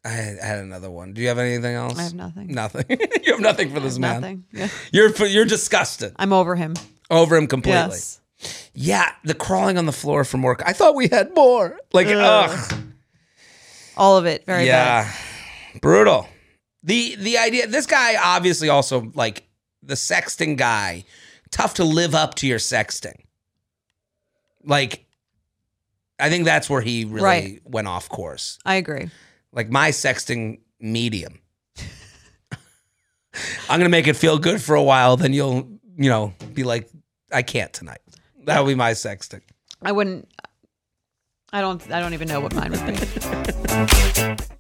Speaker 2: I had another one. Do you have anything else?
Speaker 1: I have nothing.
Speaker 2: Nothing. you have nothing for this man.
Speaker 1: Nothing. Yeah.
Speaker 2: You're you're disgusted
Speaker 1: I'm over him.
Speaker 2: over him completely.
Speaker 1: Yes.
Speaker 2: Yeah, the crawling on the floor from work. I thought we had more. Like,
Speaker 1: Ugh.
Speaker 2: ugh.
Speaker 1: All of it. Very
Speaker 2: yeah,
Speaker 1: bad.
Speaker 2: brutal. The the idea. This guy obviously also like the sexting guy. Tough to live up to your sexting. Like, I think that's where he really
Speaker 1: Right.
Speaker 2: went off course.
Speaker 1: I agree.
Speaker 2: Like my sexting medium. I'm gonna make it feel good for a while, then you'll, you know, be like, I can't tonight. That'll be my sexting.
Speaker 1: I wouldn't. I don't. I don't even know what mine would be.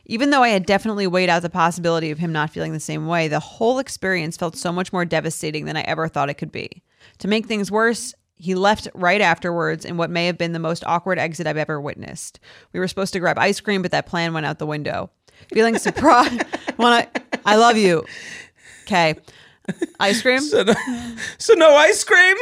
Speaker 1: Even though I had definitely weighed out the possibility of him not feeling the same way, the whole experience felt so much more devastating than I ever thought it could be. To make things worse, he left right afterwards in what may have been the most awkward exit I've ever witnessed. We were supposed to grab ice cream, but that plan went out the window. Feeling surprised when I I love you. Okay. Ice cream?
Speaker 2: So no, so no ice cream.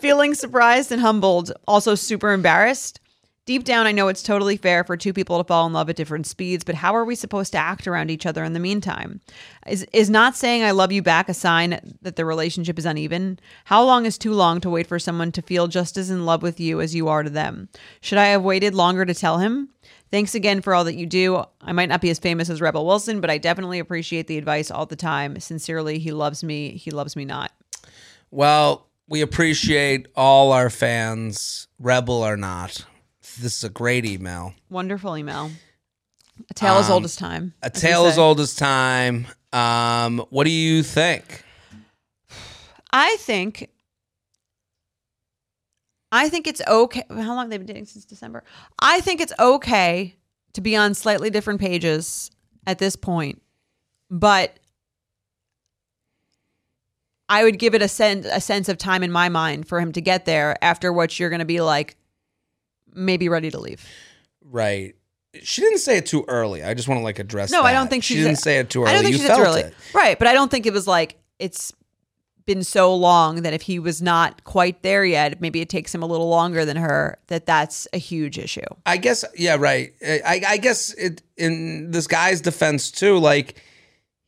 Speaker 1: feeling surprised and humbled, also super embarrassed. Deep down, I know it's totally fair for two people to fall in love at different speeds, but how are we supposed to act around each other in the meantime? Is is not saying I love you back a sign that the relationship is uneven? How long is too long to wait for someone to feel just as in love with you as you are to them? Should I have waited longer to tell him? Thanks again for all that you do. I might not be as famous as Rebel Wilson, but I definitely appreciate the advice all the time. Sincerely, he loves me. He loves me not.
Speaker 2: Well, we appreciate all our fans, rebel or not. This is a great email.
Speaker 1: Wonderful email. A tale as old as
Speaker 2: Um,
Speaker 1: time.
Speaker 2: A
Speaker 1: as we
Speaker 2: tale as
Speaker 1: say.
Speaker 2: old as time. Um, what do you think?
Speaker 1: I think. I think it's okay. How long have they been dating since December? I think it's okay to be on slightly different pages at this point, but I would give it a sense a sense of time in my mind for him to get there. After which you're going to be like, maybe ready to leave.
Speaker 2: Right. She didn't say it too early. I just want to like address.
Speaker 1: No, I
Speaker 2: that.
Speaker 1: don't think
Speaker 2: she
Speaker 1: she's-
Speaker 2: didn't say it too early.
Speaker 1: I don't think
Speaker 2: you
Speaker 1: she said
Speaker 2: felt
Speaker 1: it's early.
Speaker 2: it.
Speaker 1: Right, but I don't think it was like it's been so long that if he was not quite there yet, maybe it takes him a little longer than her. That that's a huge issue.
Speaker 2: I guess. Yeah. Right. I, I guess it in this guy's defense too. Like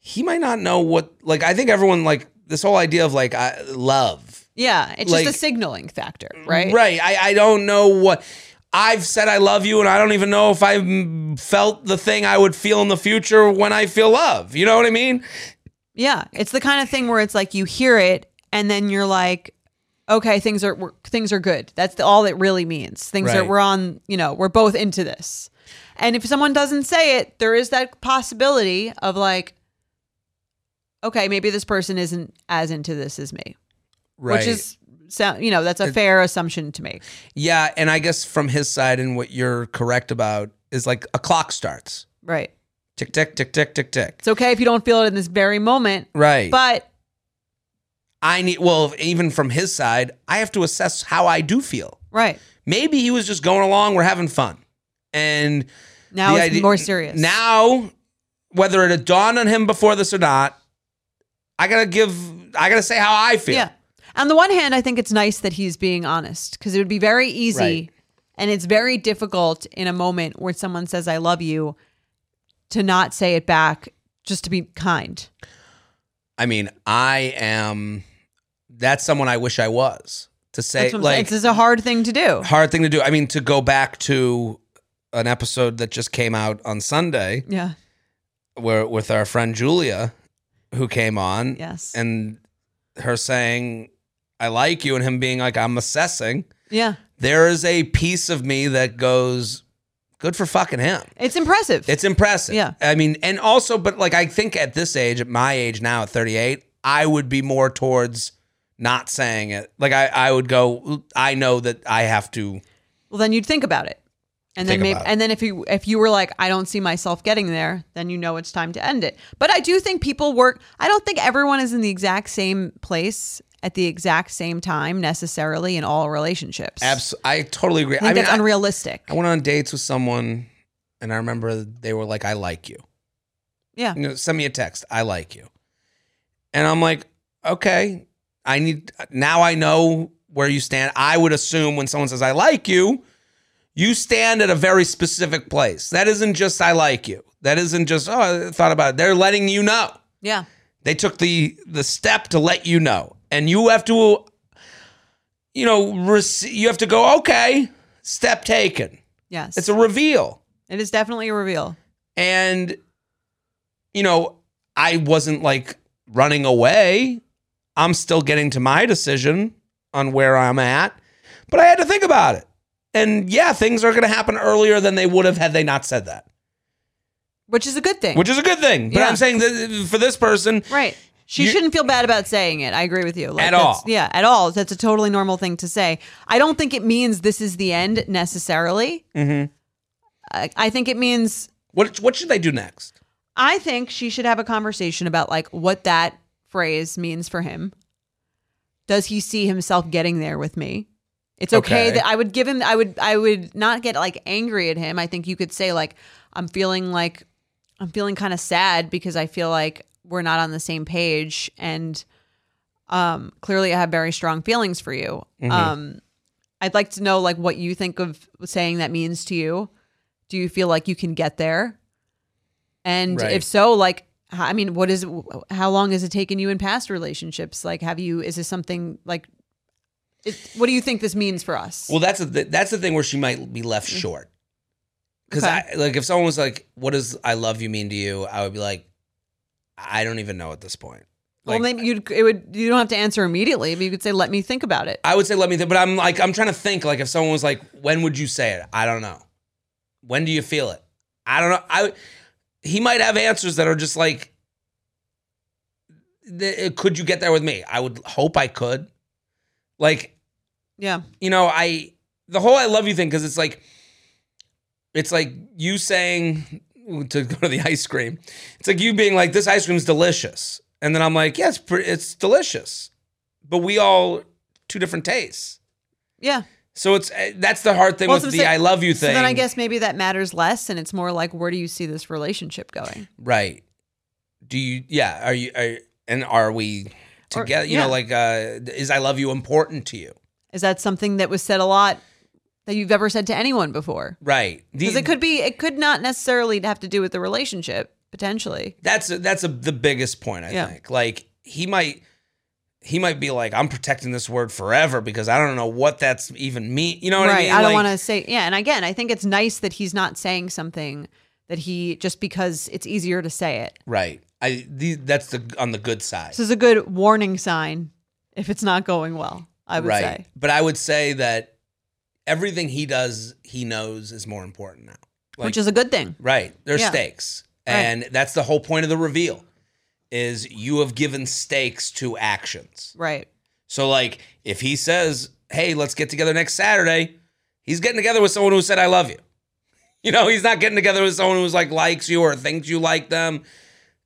Speaker 2: he might not know what. Like I think everyone like this whole idea of like I, love
Speaker 1: Yeah, it's
Speaker 2: Like-
Speaker 1: just a signaling factor, right?
Speaker 2: Right. I, I don't know what. I've said I love you, and I don't even know if I mm, felt the thing I would feel in the future when I feel love. You know what I mean?
Speaker 1: Yeah, it's the kind of thing where it's like you hear it and then you're like, okay, things are we're, things are good. That's the, all it really means. Things that
Speaker 2: Right.
Speaker 1: we're on, you know, we're both into this. And if someone doesn't say it, there is that possibility of like, okay, maybe this person isn't as into this as me.
Speaker 2: Right.
Speaker 1: which is so you know that's a fair assumption to make
Speaker 2: yeah, and I guess from his side, and what you're correct about is like a clock starts
Speaker 1: right
Speaker 2: tick tick tick tick tick tick.
Speaker 1: it's okay if you don't feel it in this very moment
Speaker 2: Right.
Speaker 1: but
Speaker 2: I need well, even from his side, I have to assess how I do feel.
Speaker 1: right
Speaker 2: Maybe he was just going along, we're having fun, and
Speaker 1: now
Speaker 2: the
Speaker 1: it's
Speaker 2: idea-
Speaker 1: more serious
Speaker 2: Now, whether it had dawned on him before this or not, I gotta give. I gotta say how I feel.
Speaker 1: yeah on the one hand i think it's nice that he's being honest because it would be very easy
Speaker 2: Right.
Speaker 1: and it's very difficult in a moment where someone says i love you to not say it back just to be kind
Speaker 2: I mean, I am. That's someone I wish I was to say
Speaker 1: that's what I'm saying.
Speaker 2: like
Speaker 1: it's it's a hard thing to do
Speaker 2: hard thing to do. I mean, to go back to an episode that just came out on Sunday
Speaker 1: yeah
Speaker 2: where with our friend Julia, who came on.
Speaker 1: Yes.
Speaker 2: And her saying, I like you, and him being like, I'm assessing.
Speaker 1: yeah.
Speaker 2: There is a piece of me that goes, good for fucking him.
Speaker 1: It's impressive.
Speaker 2: It's impressive.
Speaker 1: Yeah.
Speaker 2: I mean, and also, but like, I think at this age, at my age now, at 38, I would be more towards not saying it. Like, I, I would go, I know that I have to.
Speaker 1: well, then you'd think about it. And then
Speaker 2: Think
Speaker 1: maybe,
Speaker 2: about it.
Speaker 1: and then if you if you were like, I don't see myself getting there, then you know it's time to end it. But I do think people work. I don't think everyone is in the exact same place at the exact same time necessarily in all relationships.
Speaker 2: Abs- I totally agree.
Speaker 1: I think that's
Speaker 2: I-
Speaker 1: unrealistic.
Speaker 2: I went on dates with someone, and I remember they were like, "I like you."
Speaker 1: Yeah.
Speaker 2: You know, send me a text. I like you, and I'm like, okay. I need now. I know where you stand. I would assume when someone says, "I like you," you stand at a very specific place. That isn't just "I like you." That isn't just "Oh, I thought about it." They're letting you know.
Speaker 1: yeah.
Speaker 2: They took the the step to let you know, and you have to, you know, rec- you have to go. Okay, step taken.
Speaker 1: Yes.
Speaker 2: It's a reveal.
Speaker 1: it is definitely a reveal.
Speaker 2: And, you know, I wasn't like running away. I'm still getting to my decision on where I'm at, but I had to think about it. And yeah, things are going to happen earlier than they would have had they not said that,
Speaker 1: Which is a good thing.
Speaker 2: which is a good thing. But
Speaker 1: Yeah.
Speaker 2: I'm saying that uh, for this person,
Speaker 1: right. She
Speaker 2: You-
Speaker 1: shouldn't feel bad about saying it. I agree with you. Like,
Speaker 2: At
Speaker 1: that's-
Speaker 2: all.
Speaker 1: Yeah, at all. That's a totally normal thing to say. I don't think it means this is the end necessarily.
Speaker 2: Mhm.
Speaker 1: I, I think it means
Speaker 2: what what should they do next?
Speaker 1: I think she should have a conversation about like what that phrase means for him. Does he see himself getting there with me? It's okay,
Speaker 2: Okay.
Speaker 1: that I would give him I would I would not get like angry at him. I think you could say like I'm feeling like I'm feeling kind of sad because I feel like we're not on the same page and um clearly I have very strong feelings for you. Um I'd like to know like what you think of saying that means to you. Do you feel like you can get there? And
Speaker 2: Right.
Speaker 1: if so, like, h- I mean, what is, how long has it taken you in past relationships? Like, have you, is this something like, it, what do you think this means for us?
Speaker 2: Well, that's a, that's the thing where she might be left short. Because
Speaker 1: Mm. Okay.
Speaker 2: I like if someone was like, "What does I love you mean to you?" I would be like, "I don't even know at this point."
Speaker 1: well, maybe you'd, it would, you don't have to answer immediately, but you could say, let me think about it.
Speaker 2: I would say let me think, but I'm like I'm trying to think like if someone was like, when would you say it? I don't know. When do you feel it? I don't know. I he might have answers that are just like, th- could you get there with me? I would hope I could. Like
Speaker 1: Yeah.
Speaker 2: you know, I the whole I love you thing because it's like it's like you saying to go to the ice cream. It's like you being like this ice cream's delicious, and then I'm like, yes, it's, pre- it's delicious, but we all two different tastes.
Speaker 1: Yeah.
Speaker 2: So it's eh, that's the hard thing
Speaker 1: Well,
Speaker 2: with
Speaker 1: that's
Speaker 2: the
Speaker 1: what I'm
Speaker 2: I
Speaker 1: saying.
Speaker 2: love you thing.
Speaker 1: So then I guess maybe that matters less. And it's more like, where do you see this relationship going?
Speaker 2: right. Do you? Yeah. Are you? Are and are we
Speaker 1: Or-
Speaker 2: together? you
Speaker 1: yeah.
Speaker 2: know, like uh, is I love you important to you?
Speaker 1: Is that something that was said a lot that you've ever said to anyone before?
Speaker 2: Right.
Speaker 1: Because
Speaker 2: The-
Speaker 1: it could be, it could not necessarily have to do with the relationship potentially.
Speaker 2: That's a, that's a, the biggest point I
Speaker 1: Yeah.
Speaker 2: think. Like he might he might be like I'm protecting this word forever because I don't know what that's even mean. You know what
Speaker 1: right.
Speaker 2: I mean?
Speaker 1: don't
Speaker 2: Like,
Speaker 1: want to say, yeah. And again, I think it's nice that he's not saying something that he just because it's easier to say it.
Speaker 2: Right. I the, that's the on the good side.
Speaker 1: This is a good warning sign if it's not going well, I would
Speaker 2: right.
Speaker 1: say.
Speaker 2: But I would say that everything he does he knows is more important now. Like,
Speaker 1: Which is a good thing.
Speaker 2: right. There's
Speaker 1: Yeah.
Speaker 2: stakes.
Speaker 1: Right.
Speaker 2: And that's the whole point of the reveal is you have given stakes to actions.
Speaker 1: Right.
Speaker 2: So like if he says, "Hey, let's get together next Saturday," he's getting together with someone who said, "I love you." You know, he's not getting together with someone who's like likes you or thinks you like them.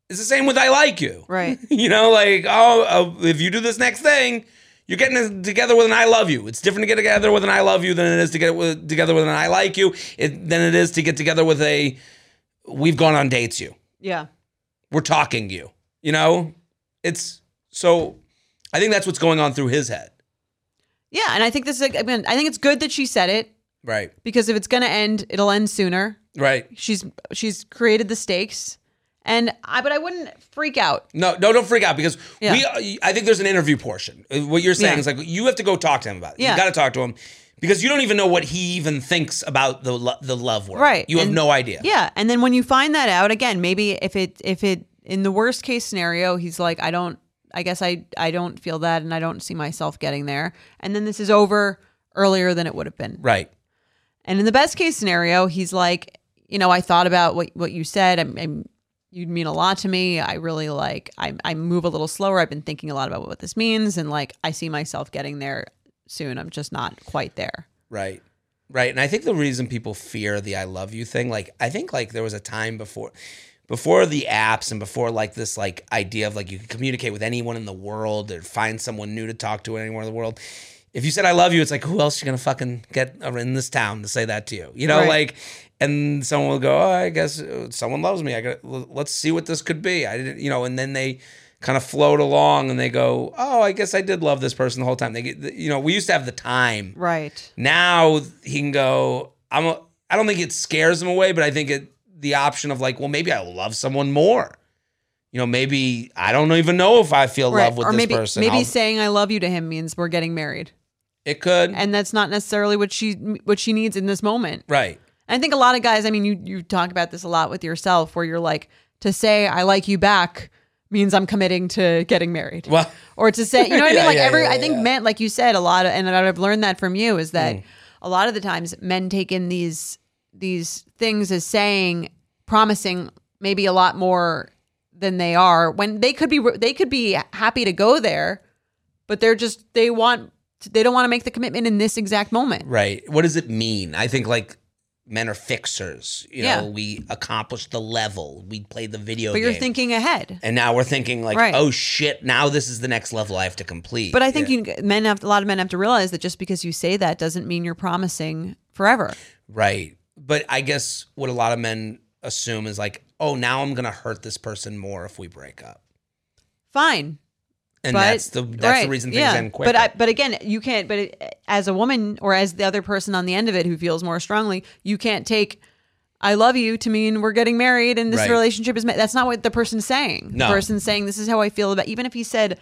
Speaker 2: It's the same with "I like you."
Speaker 1: Right.
Speaker 2: You know, like oh, uh, if you do this next thing, you're getting together with an "I love you." It's different to get together with an "I love you" than it is to get with, together with an "I like you" it, than it is to get together with a "We've gone on dates you."
Speaker 1: yeah.
Speaker 2: we're talking you. You know, it's so. I think that's what's going on through his head,
Speaker 1: Yeah. And I think this is, I mean, I think it's good that she said it
Speaker 2: right?
Speaker 1: because if it's going to end, it'll end sooner.
Speaker 2: Right.
Speaker 1: She's, she's created the stakes. And I, but I wouldn't freak out.
Speaker 2: No, no, don't freak out because
Speaker 1: Yeah.
Speaker 2: we. I think there's an interview portion. What you're saying
Speaker 1: Yeah.
Speaker 2: is like you have to go talk to him about it.
Speaker 1: Yeah.
Speaker 2: You got to talk to him because you don't even know what he even thinks about the lo- the love word.
Speaker 1: Right.
Speaker 2: You have
Speaker 1: And-
Speaker 2: no idea.
Speaker 1: Yeah, and then when you find that out again, maybe if it if it in the worst case scenario, he's like, I don't, I guess I, I don't feel that and I don't see myself getting there. And then this is over earlier than it would have been.
Speaker 2: Right.
Speaker 1: And in the best case scenario, he's like, you know, I thought about what, what you said. I'm, I'm, you'd mean a lot to me. I really like, I, I move a little slower. I've been thinking a lot about what this means. And like, I see myself getting there soon. I'm just not quite there.
Speaker 2: Right. Right. And I think the reason people fear the I love you thing, like I think like there was a time before before the apps and before like this like idea of like you can communicate with anyone in the world or find someone new to talk to anywhere in the world. If you said I love you, it's like who else you gonna fucking get in this town to say that to you? You know,
Speaker 1: Right.
Speaker 2: like and someone will go, oh, I guess uh, someone loves me. I got let's see what this could be. I didn't, you know, and then they kind of float along and they go, oh, I guess I did love this person the whole time. They get, you know, we used to have the time
Speaker 1: Right. now
Speaker 2: now he can go i'm a, i don't think it scares him away but i think it the option of like well maybe i love someone more you know maybe i don't even know if i feel love with
Speaker 1: or
Speaker 2: this
Speaker 1: maybe,
Speaker 2: person
Speaker 1: maybe
Speaker 2: I'll-
Speaker 1: saying I love you to him means we're getting married.
Speaker 2: it could
Speaker 1: and that's not necessarily what she what she needs in this moment.
Speaker 2: right
Speaker 1: I think a lot of guys, I mean, you you talk about this a lot with yourself, where you're like, to say I like you back means I'm committing to getting married,
Speaker 2: well
Speaker 1: or to say, you know what I
Speaker 2: Yeah,
Speaker 1: mean? Like
Speaker 2: yeah,
Speaker 1: every,
Speaker 2: yeah,
Speaker 1: I think
Speaker 2: yeah. Mm.
Speaker 1: men, like you said, a lot, of, and I've learned that from you is that a lot of the times men take in these these things as saying, promising maybe a lot more than they are when they could be they could be happy to go there, but they're just they want they don't want to make the commitment in this exact moment.
Speaker 2: right what does it mean i think like men are fixers you
Speaker 1: Yeah.
Speaker 2: know we accomplish the level we play the video
Speaker 1: But you're
Speaker 2: game.
Speaker 1: thinking ahead.
Speaker 2: and now we're thinking like
Speaker 1: Right.
Speaker 2: oh shit now this is the next level i have to complete
Speaker 1: But I think
Speaker 2: Yeah.
Speaker 1: you men have a lot of men have to realize that just because you say that doesn't mean you're promising forever.
Speaker 2: Right. But I guess what a lot of men assume is like, oh, now I'm going to hurt this person more if we break up.
Speaker 1: Fine.
Speaker 2: And
Speaker 1: but,
Speaker 2: that's the that's
Speaker 1: right,
Speaker 2: the reason things
Speaker 1: yeah.
Speaker 2: end quicker.
Speaker 1: But I, but again, you can't. But it, as a woman or as the other person on the end of it who feels more strongly, you can't take "I love you" to mean we're getting married and this
Speaker 2: Right.
Speaker 1: relationship is. Ma-. That's not what the person's saying.
Speaker 2: No.
Speaker 1: The person's saying this is how I feel about. Even if he said,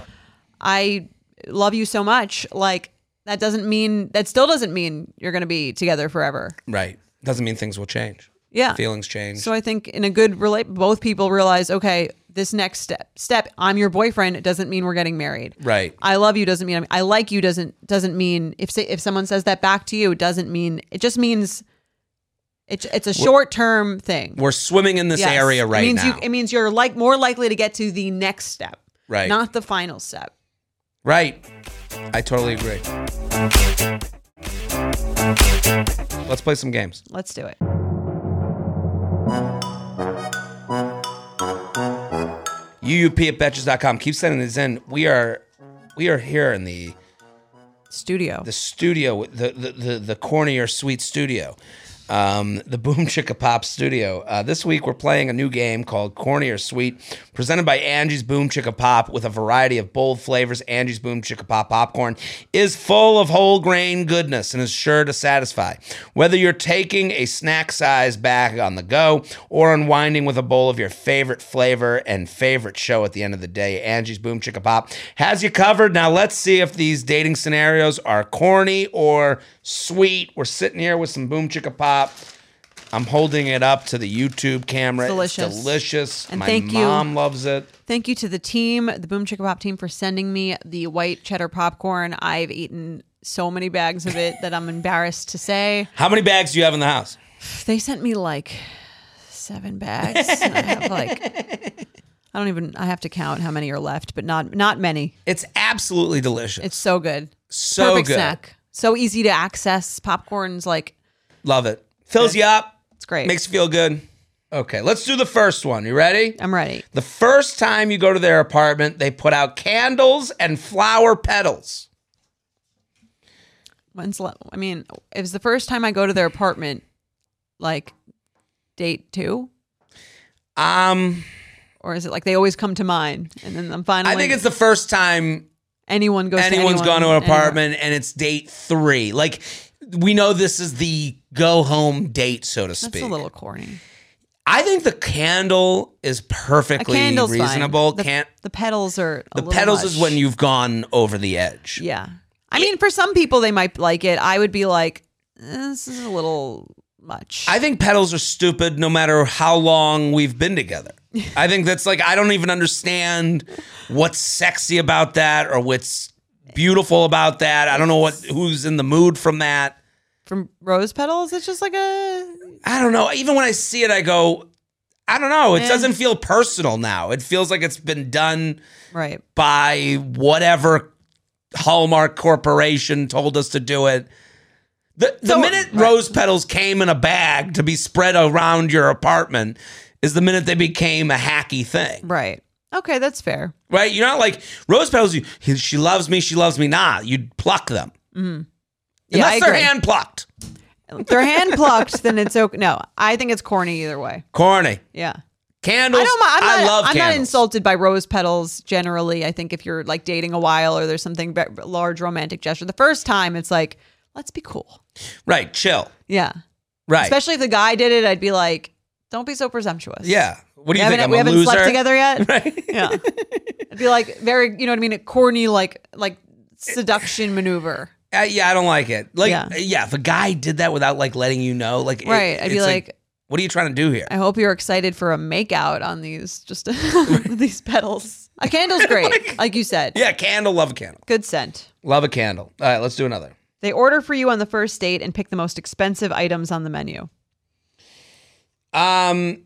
Speaker 1: "I love you so much," like that doesn't mean that still doesn't mean you're going to be together forever.
Speaker 2: right. Doesn't mean things will change.
Speaker 1: Yeah.
Speaker 2: Feelings change.
Speaker 1: So I think in a good relate, both people realize, okay, this next step, step, I'm your boyfriend. It doesn't mean we're getting married.
Speaker 2: right.
Speaker 1: I love you doesn't mean I'm, I like you doesn't doesn't mean if say, if someone says that back to you it doesn't mean it just means it's it's a short term thing.
Speaker 2: We're swimming in this
Speaker 1: Yes.
Speaker 2: area right
Speaker 1: it means
Speaker 2: now.
Speaker 1: You, it means you're like more likely to get to the next step,
Speaker 2: right.
Speaker 1: not the final step.
Speaker 2: right. I totally agree. Let's play some games.
Speaker 1: Let's do it.
Speaker 2: UUP at betches.com. Keep sending these in. We are we are here in the
Speaker 1: Studio.
Speaker 2: the studio, the the the, the cornier sweet studio, um, the Boom Chicka Pop studio. Uh, this week we're playing a new game called Cornier Sweet, presented by Angie's Boom Chicka Pop with a variety of bold flavors. Angie's Boom Chicka Pop popcorn is full of whole grain goodness and is sure to satisfy. Whether you're taking a snack size bag on the go or unwinding with a bowl of your favorite flavor and favorite show at the end of the day, Angie's Boom Chicka Pop has you covered. Now let's see if these dating scenarios are corny or sweet. We're sitting here with some Boom Chicka Pop. I'm holding it up to the YouTube camera. It's
Speaker 1: Delicious.
Speaker 2: delicious.
Speaker 1: And
Speaker 2: My
Speaker 1: thank you.
Speaker 2: mom loves it.
Speaker 1: Thank you to the team, the Boom Chicka Pop team, for sending me the white cheddar popcorn. I've eaten so many bags of it that I'm embarrassed to say.
Speaker 2: How many bags do you have in the house?
Speaker 1: They sent me like seven bags. and I have like I don't even I have to count how many are left, but not not many.
Speaker 2: It's absolutely delicious.
Speaker 1: It's so good.
Speaker 2: so
Speaker 1: Perfect
Speaker 2: good.
Speaker 1: snack. So easy to access. Popcorn's like
Speaker 2: Love it. Fills you up.
Speaker 1: it's great.
Speaker 2: Makes you feel good. Okay, let's do the first one. You ready?
Speaker 1: I'm ready.
Speaker 2: The first time you go to their apartment, they put out candles and flower petals.
Speaker 1: When's le- I mean, it was the first time I go to their apartment, like date two,
Speaker 2: Um,
Speaker 1: or is it like they always come to mine, and then I'm finally.
Speaker 2: I think it's the first time
Speaker 1: anyone goes.
Speaker 2: anyone's
Speaker 1: to anyone,
Speaker 2: gone to an
Speaker 1: anyone.
Speaker 2: apartment and it's date three. Like we know this is the go home date, so to
Speaker 1: That's
Speaker 2: speak.
Speaker 1: a little corny.
Speaker 2: I think the candle is
Speaker 1: A
Speaker 2: perfectly
Speaker 1: candle's fine.
Speaker 2: reasonable.
Speaker 1: The,
Speaker 2: Can't
Speaker 1: the petals are a
Speaker 2: the
Speaker 1: little
Speaker 2: petals is
Speaker 1: much.
Speaker 2: when you've gone over the edge.
Speaker 1: Yeah. I mean, for some people, they might like it. I would be like, eh, this is a little much.
Speaker 2: I think pedals are stupid no matter how long we've been together. I think that's like, I don't even understand what's sexy about that or what's beautiful about that. I don't know what who's in the mood from that.
Speaker 1: From rose petals, it's just like a
Speaker 2: I don't know. Even when I see it, I go, I don't know. It doesn't feel personal now. It feels like it's been done
Speaker 1: right.
Speaker 2: by whatever Hallmark corporation told us to do it. The, the minute rose petals came in a bag to be spread around your apartment is the minute they became a hacky thing,
Speaker 1: Right. Okay, that's fair.
Speaker 2: right? You're not like rose petals. You, he- she loves me. She loves me. Nah, you'd pluck them
Speaker 1: Mm-hmm. Yeah,
Speaker 2: unless
Speaker 1: I
Speaker 2: they're
Speaker 1: agree.
Speaker 2: hand plucked.
Speaker 1: If they're hand plucked, then it's okay. No, I think it's corny either way.
Speaker 2: Corny
Speaker 1: Yeah.
Speaker 2: candles. I,
Speaker 1: I don't mind. I'm not,
Speaker 2: love
Speaker 1: I'm
Speaker 2: candles.
Speaker 1: not insulted by rose petals generally. I think if you're like dating a while or there's something be- large romantic gesture, the first time it's like, let's be cool.
Speaker 2: Right? Chill.
Speaker 1: Yeah.
Speaker 2: Right.
Speaker 1: Especially if the guy did it, I'd be like, don't be so presumptuous.
Speaker 2: yeah. What do
Speaker 1: We
Speaker 2: you think?
Speaker 1: haven't,
Speaker 2: I'm
Speaker 1: we
Speaker 2: a
Speaker 1: haven't
Speaker 2: loser.
Speaker 1: slept together yet.
Speaker 2: Right.
Speaker 1: Yeah. It'd be like very, you know what I mean? A corny, like, like seduction maneuver.
Speaker 2: Uh, yeah, I don't like it. Like, uh, yeah.
Speaker 1: Yeah.
Speaker 2: if a guy did that without like letting you know, like, it-
Speaker 1: Right. I'd be
Speaker 2: it's
Speaker 1: like,
Speaker 2: what are you trying to do here?
Speaker 1: I hope you're excited for a makeout on these, just these petals. A candle's great, like you said.
Speaker 2: Yeah, candle, love a candle,
Speaker 1: Good scent.
Speaker 2: love a candle. All right, let's do another.
Speaker 1: They order for you on the first date and pick the most expensive items on the menu.
Speaker 2: Um,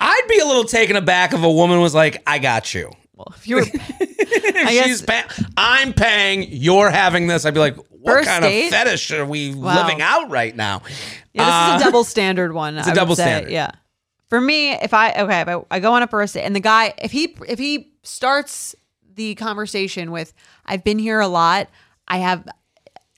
Speaker 2: I'd be a little taken aback if a woman was like, "I got you."
Speaker 1: Well, if you were
Speaker 2: If
Speaker 1: I guess-
Speaker 2: she's paying, I'm paying. You're having this. I'd be like, "What
Speaker 1: First
Speaker 2: kind
Speaker 1: date?
Speaker 2: of fetish are we
Speaker 1: Wow.
Speaker 2: living out right now?"
Speaker 1: yeah, this
Speaker 2: Uh,
Speaker 1: is a double standard one. It's
Speaker 2: a
Speaker 1: a
Speaker 2: double standard.
Speaker 1: Yeah. For me, if I okay, if I, I go on a first date and the guy, if he if he starts the conversation with, "I've been here a lot. I have."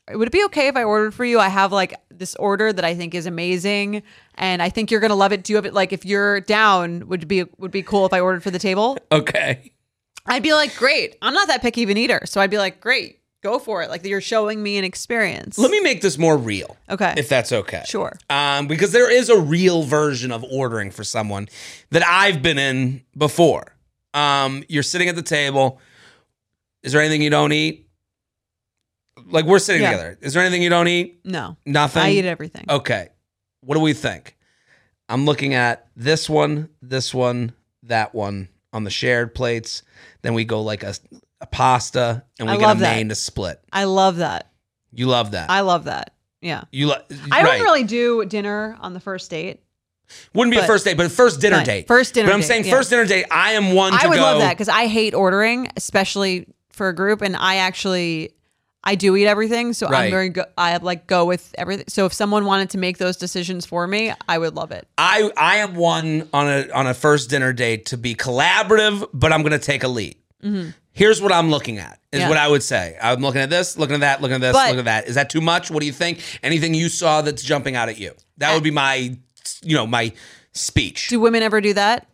Speaker 1: Would it be okay if I ordered for you? I have like this order that I think is amazing, and I think you're gonna love it. Do you have it? Like, if you're down, would be would be cool if I ordered for the table.
Speaker 2: Okay.
Speaker 1: I'd be like, great. I'm not that picky of an eater. So I'd be like, great, go for it. Like you're showing me an experience.
Speaker 2: Let me make this more real.
Speaker 1: Okay.
Speaker 2: If that's okay.
Speaker 1: Sure.
Speaker 2: Um, because there is a real version of ordering for someone that I've been in before. Um, you're sitting at the table. Is there anything you don't eat? Like we're sitting
Speaker 1: Yeah.
Speaker 2: together. Is there anything you don't eat?
Speaker 1: No.
Speaker 2: Nothing.
Speaker 1: I eat everything.
Speaker 2: Okay. What do we think? I'm looking at this one, this one, that one on the shared plates. Then we go like a, a pasta and we
Speaker 1: I
Speaker 2: get
Speaker 1: love
Speaker 2: a
Speaker 1: that.
Speaker 2: main to split.
Speaker 1: I love that.
Speaker 2: You love that.
Speaker 1: I love that. Yeah.
Speaker 2: you lo-
Speaker 1: I
Speaker 2: right.
Speaker 1: don't really do dinner on the first date.
Speaker 2: Wouldn't be a
Speaker 1: But-
Speaker 2: first date, but a first dinner
Speaker 1: Right.
Speaker 2: date.
Speaker 1: First dinner
Speaker 2: But I'm
Speaker 1: date,
Speaker 2: saying
Speaker 1: yeah.
Speaker 2: first dinner date. I am one. To
Speaker 1: I would
Speaker 2: go,
Speaker 1: love that because I hate ordering, especially for a group. And I actually, I do eat everything. So
Speaker 2: Right.
Speaker 1: I'm very go- I like go with everything. So if someone wanted to make those decisions for me, I would love it.
Speaker 2: I I am one on a on a first dinner date to be collaborative, but I'm going to take a lead. Here's what I'm looking at. Is
Speaker 1: Mm-hmm. Yeah.
Speaker 2: what I would say. I'm looking at this, looking at that, looking at this,
Speaker 1: But-
Speaker 2: looking at that. Is that too much? What do you think? Anything you saw that's jumping out at you? That would be my, you know, my speech
Speaker 1: Do women ever do that?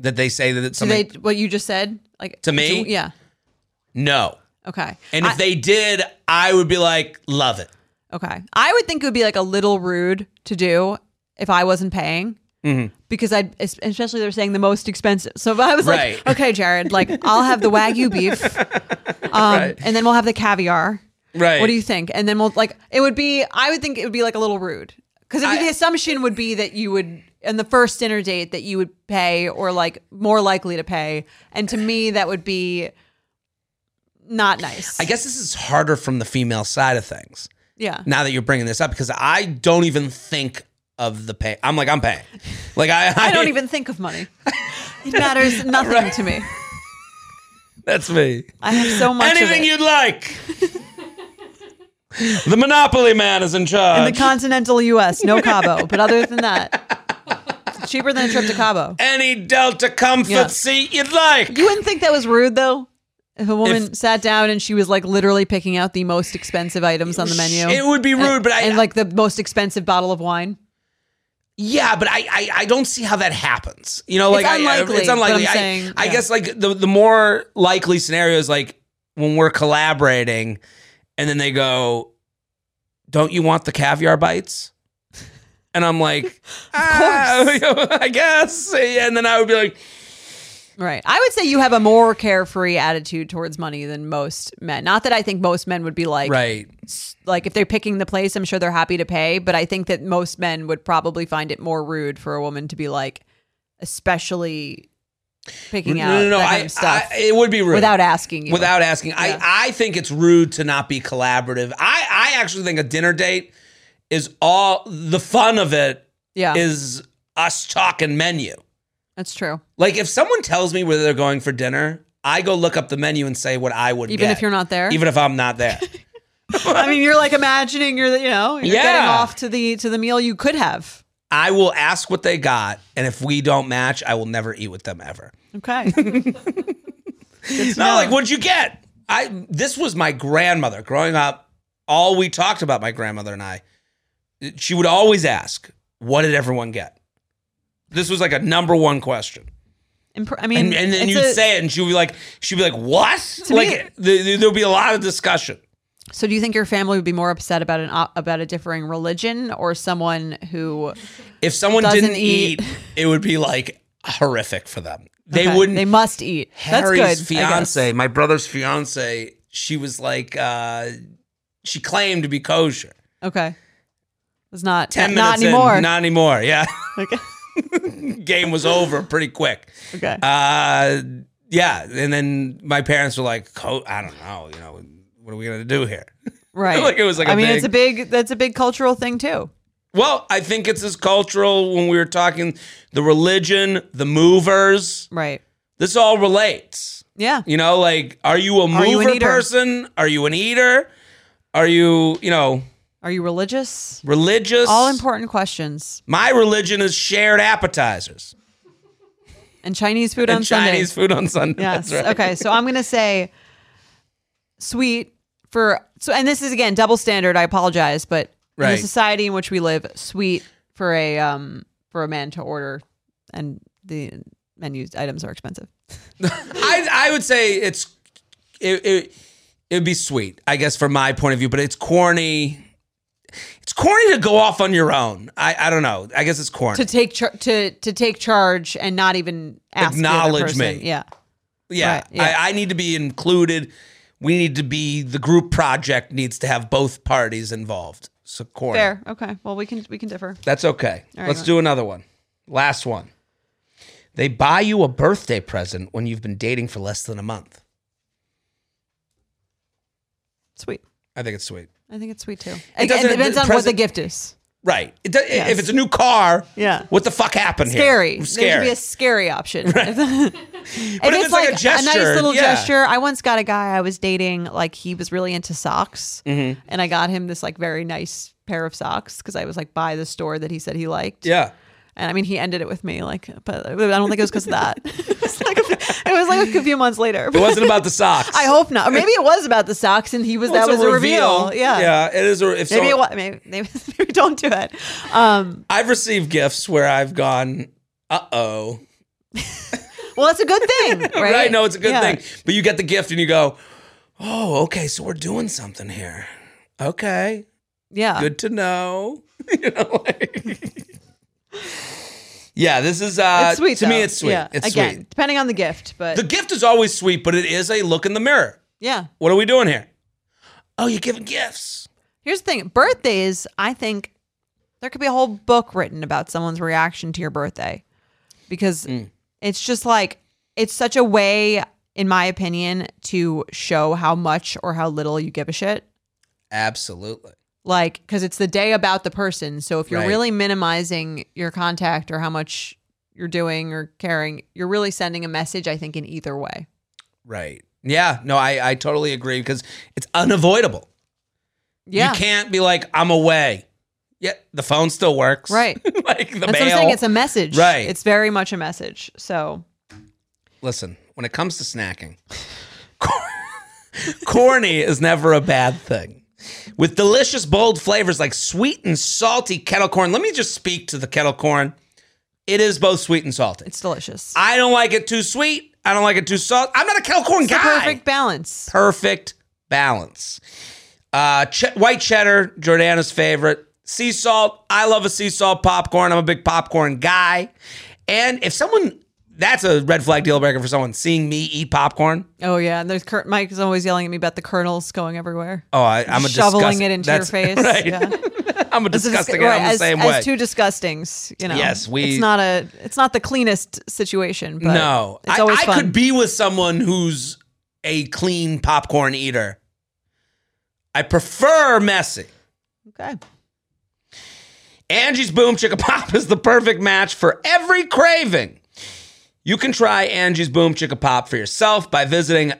Speaker 2: that they say that it's
Speaker 1: Do
Speaker 2: something.
Speaker 1: they, what you just said? Like
Speaker 2: To me?
Speaker 1: do- yeah.
Speaker 2: no,
Speaker 1: Okay.
Speaker 2: and if
Speaker 1: I-
Speaker 2: they did, I would be like, love it.
Speaker 1: Okay. I would think it would be like a little rude to do if I wasn't paying.
Speaker 2: Mm-hmm.
Speaker 1: Because I, especially they're saying the most expensive. So if I was
Speaker 2: Right.
Speaker 1: like, okay, Jared, like I'll have the wagyu beef, um, and then we'll have the caviar.
Speaker 2: Right.
Speaker 1: What do you think? And then we'll like it would be. I would think it would be like a little rude because
Speaker 2: I-
Speaker 1: the assumption would be that you would in the first dinner date that you would pay or like more likely to pay, and to me that would be not nice.
Speaker 2: I guess this is harder from the female side of things.
Speaker 1: yeah.
Speaker 2: now that you're bringing this up because I don't even think of the pay. I'm like, I'm paying. Like I, I,
Speaker 1: I don't even think of money. It matters nothing to me.
Speaker 2: That's me.
Speaker 1: I have so much
Speaker 2: Anything you'd
Speaker 1: of it.
Speaker 2: like. the Monopoly man is in
Speaker 1: in
Speaker 2: charge.
Speaker 1: the continental U.S. No Cabo, but other than that, it's cheaper than a trip to Cabo.
Speaker 2: Any Delta comfort
Speaker 1: Yeah.
Speaker 2: seat you'd like.
Speaker 1: You wouldn't think that was rude, though. If a woman sat down and she was like literally picking out the most expensive items on the menu,
Speaker 2: It would be rude,
Speaker 1: and,
Speaker 2: but I
Speaker 1: and like the most expensive bottle of wine.
Speaker 2: Yeah, but I, I I don't see how that happens. You know, like I- I-
Speaker 1: unlikely,
Speaker 2: it's
Speaker 1: but
Speaker 2: unlikely.
Speaker 1: I'm
Speaker 2: I,
Speaker 1: saying,
Speaker 2: I
Speaker 1: yeah.
Speaker 2: guess like the the more likely scenario is like when we're collaborating, and then they go, "Don't you want the caviar bites?" And I'm like, "Ah, I guess. And then I would be like,
Speaker 1: Right. I would say you have a more carefree attitude towards money than most men. Not that I think most men would be like,
Speaker 2: Right.
Speaker 1: like if they're picking the place, I'm sure they're happy to pay. But I think that most men would probably find it more rude for a woman to be like, especially picking out that kind
Speaker 2: I-
Speaker 1: of stuff
Speaker 2: I- it would be rude
Speaker 1: without asking you.
Speaker 2: Without asking,
Speaker 1: Yeah.
Speaker 2: I, I think it's rude to not be collaborative. I, I actually think a dinner date is all the fun of it
Speaker 1: yeah,
Speaker 2: is us talking menu.
Speaker 1: that's true.
Speaker 2: Like if someone tells me where they're going for dinner, I go look up the menu and say what I would
Speaker 1: Even
Speaker 2: get,
Speaker 1: if you're not there,
Speaker 2: even if I'm not there.
Speaker 1: I mean, you're like imagining you're, you know, you're
Speaker 2: Yeah.
Speaker 1: getting off to the to the meal you could have.
Speaker 2: I will ask what they got, and if we don't match, I will never eat with them ever.
Speaker 1: Okay.
Speaker 2: No, like what'd you get? I this was my grandmother growing up. All we talked about, my grandmother and I, she would always ask, "What did everyone get?" This was like a number one question,
Speaker 1: Impr- I mean,
Speaker 2: and, and then
Speaker 1: it's
Speaker 2: you'd
Speaker 1: a-
Speaker 2: say it, and she'd be like, "She'd be like, what?"
Speaker 1: To
Speaker 2: Like
Speaker 1: me-
Speaker 2: th- th- there'll be a lot of discussion.
Speaker 1: So, do you think your family would be more upset about an op- about a differing religion or someone who
Speaker 2: If someone
Speaker 1: Doesn't
Speaker 2: didn't eat,
Speaker 1: eat.
Speaker 2: it would be like horrific for them. They
Speaker 1: Okay,
Speaker 2: wouldn't
Speaker 1: They must eat.
Speaker 2: Harry's
Speaker 1: That's good. I guess.
Speaker 2: fiance, my brother's fiance, she was like, uh, she claimed to be kosher.
Speaker 1: Okay. It's not
Speaker 2: Ten
Speaker 1: not
Speaker 2: minutes
Speaker 1: anymore.
Speaker 2: in, not anymore. Yeah,
Speaker 1: okay.
Speaker 2: game was over pretty quick.
Speaker 1: Okay.
Speaker 2: Uh, yeah, and then my parents were like, "Co- I don't know, you know, what are we gonna do here?
Speaker 1: right.
Speaker 2: like it was like
Speaker 1: I
Speaker 2: a
Speaker 1: mean,
Speaker 2: big-
Speaker 1: it's a big that's a big cultural thing too.
Speaker 2: Well, I think it's as cultural when we were talking the religion, the movers.
Speaker 1: Right.
Speaker 2: This all relates.
Speaker 1: Yeah.
Speaker 2: You know, like, are you a mover
Speaker 1: Are you an eater?
Speaker 2: person? Are you an eater? Are you, you know,
Speaker 1: Are you religious?
Speaker 2: religious?
Speaker 1: All important questions.
Speaker 2: My religion is shared appetizers
Speaker 1: And Chinese food on
Speaker 2: and Chinese
Speaker 1: Sunday.
Speaker 2: food on Sunday.
Speaker 1: Yes.
Speaker 2: That's right.
Speaker 1: Okay. So I'm gonna say sweet for so and this is again double standard, I apologize, but in
Speaker 2: Right.
Speaker 1: the society in which we live, sweet for a um for a man to order and the menu items are expensive.
Speaker 2: I, I would say it's it, it it'd be sweet, I guess, from my point of view, but it's corny. It's corny to go off on your own. I, I don't know. I guess it's corny.
Speaker 1: to take char- to to take charge and not even ask the other
Speaker 2: Acknowledge
Speaker 1: person.
Speaker 2: me.
Speaker 1: Yeah,
Speaker 2: yeah,
Speaker 1: right, yeah.
Speaker 2: I, I need to be included. We need to be the group project needs to have both parties involved. So corny.
Speaker 1: fair. Okay. Well, we can we can differ.
Speaker 2: That's okay.
Speaker 1: right,
Speaker 2: Let's
Speaker 1: go-
Speaker 2: do another one. Last one. They buy you a birthday present when you've been dating for less than a month.
Speaker 1: Sweet.
Speaker 2: I think it's sweet.
Speaker 1: I think it's sweet too. It,
Speaker 2: doesn't-
Speaker 1: depends
Speaker 2: the
Speaker 1: on what the
Speaker 2: present-
Speaker 1: gift is.
Speaker 2: Right. It do-
Speaker 1: Yes.
Speaker 2: If it's a new car,
Speaker 1: Yeah.
Speaker 2: What the fuck happened
Speaker 1: Scary.
Speaker 2: here?
Speaker 1: There should
Speaker 2: Scary.
Speaker 1: be a scary option. If,
Speaker 2: if it's like a gesture,
Speaker 1: nice little
Speaker 2: yeah.
Speaker 1: gesture. I once got a guy I was dating, like he was really into socks,
Speaker 2: Mm-hmm.
Speaker 1: and I got him this like very nice pair of socks because I was like by the store that he said he liked.
Speaker 2: yeah.
Speaker 1: And I mean, he ended it with me, like, but I don't think it was because of that. it was like a, it was like a few months later.
Speaker 2: It wasn't about the socks.
Speaker 1: I hope not. Or maybe it was about the socks, and he was that
Speaker 2: It's
Speaker 1: was a reveal. Yeah.
Speaker 2: Yeah. It is. A, if
Speaker 1: Maybe it
Speaker 2: so,
Speaker 1: was. Maybe, maybe, maybe don't do it. Um,
Speaker 2: I've received gifts where I've gone, uh oh.
Speaker 1: well, it's a good thing, right?
Speaker 2: Right? No, it's a good
Speaker 1: Yeah.
Speaker 2: thing. But you get the gift and you go, oh, okay. So we're doing something here. Okay.
Speaker 1: Yeah.
Speaker 2: good to know. you know, like- yeah, this is uh,
Speaker 1: it's sweet
Speaker 2: to me.
Speaker 1: though.
Speaker 2: It's sweet.
Speaker 1: Yeah.
Speaker 2: It's
Speaker 1: Again,
Speaker 2: sweet.
Speaker 1: depending on the gift, but
Speaker 2: The gift is always sweet, but it is a look in the mirror.
Speaker 1: yeah.
Speaker 2: What are we doing here? Oh, you're giving gifts.
Speaker 1: Here's the thing: birthdays. I think there could be a whole book written about someone's reaction to your birthday, because
Speaker 2: Mm.
Speaker 1: it's just like it's such a way, in my opinion, to show how much or how little you give a shit.
Speaker 2: Absolutely.
Speaker 1: like because it's the day about the person so if you're
Speaker 2: Right.
Speaker 1: really minimizing your contact or how much you're doing or caring you're really sending a message i think in either way
Speaker 2: Right. Yeah. No, I I totally agree because it's unavoidable.
Speaker 1: yeah
Speaker 2: You can't be like I'm away. Yeah, the phone still works.
Speaker 1: Right.
Speaker 2: like the
Speaker 1: that's
Speaker 2: mail.
Speaker 1: what i'm saying it's a message
Speaker 2: Right.
Speaker 1: it's very much a message so
Speaker 2: Listen, when it comes to snacking, cor- corny is never a bad thing. With delicious, bold flavors like sweet and salty kettle corn. Let me just speak to the kettle corn. It is both sweet and salty.
Speaker 1: it's delicious
Speaker 2: I don't like it too sweet. I don't like it too salt. I'm not a kettle corn
Speaker 1: it's the
Speaker 2: guy.
Speaker 1: perfect balance
Speaker 2: Perfect balance. Uh, ch- white cheddar, Jordana's favorite. Sea salt. I love a sea salt popcorn. I'm a big popcorn guy. And if someone That's a red flag deal breaker for someone seeing me eat popcorn.
Speaker 1: Oh yeah, and there's Kurt. Mike's always yelling at me about the kernels going everywhere.
Speaker 2: Oh, I, I'm a
Speaker 1: shoveling
Speaker 2: disgust-
Speaker 1: it into
Speaker 2: that's-
Speaker 1: your face.
Speaker 2: Right.
Speaker 1: Yeah.
Speaker 2: I'm a
Speaker 1: This is-
Speaker 2: disgusting.
Speaker 1: right,
Speaker 2: I'm the
Speaker 1: as,
Speaker 2: same
Speaker 1: as
Speaker 2: way.
Speaker 1: two disgustings, you know.
Speaker 2: Yes, we-
Speaker 1: It's not a. It's not the cleanest situation. But
Speaker 2: no,
Speaker 1: it's
Speaker 2: I,
Speaker 1: always
Speaker 2: I
Speaker 1: fun.
Speaker 2: could be with someone who's a clean popcorn eater. I prefer messy.
Speaker 1: okay.
Speaker 2: Angie's Boom Chicka Pop is the perfect match for every craving. You can try Angie's Boom Chicka Pop for yourself by visiting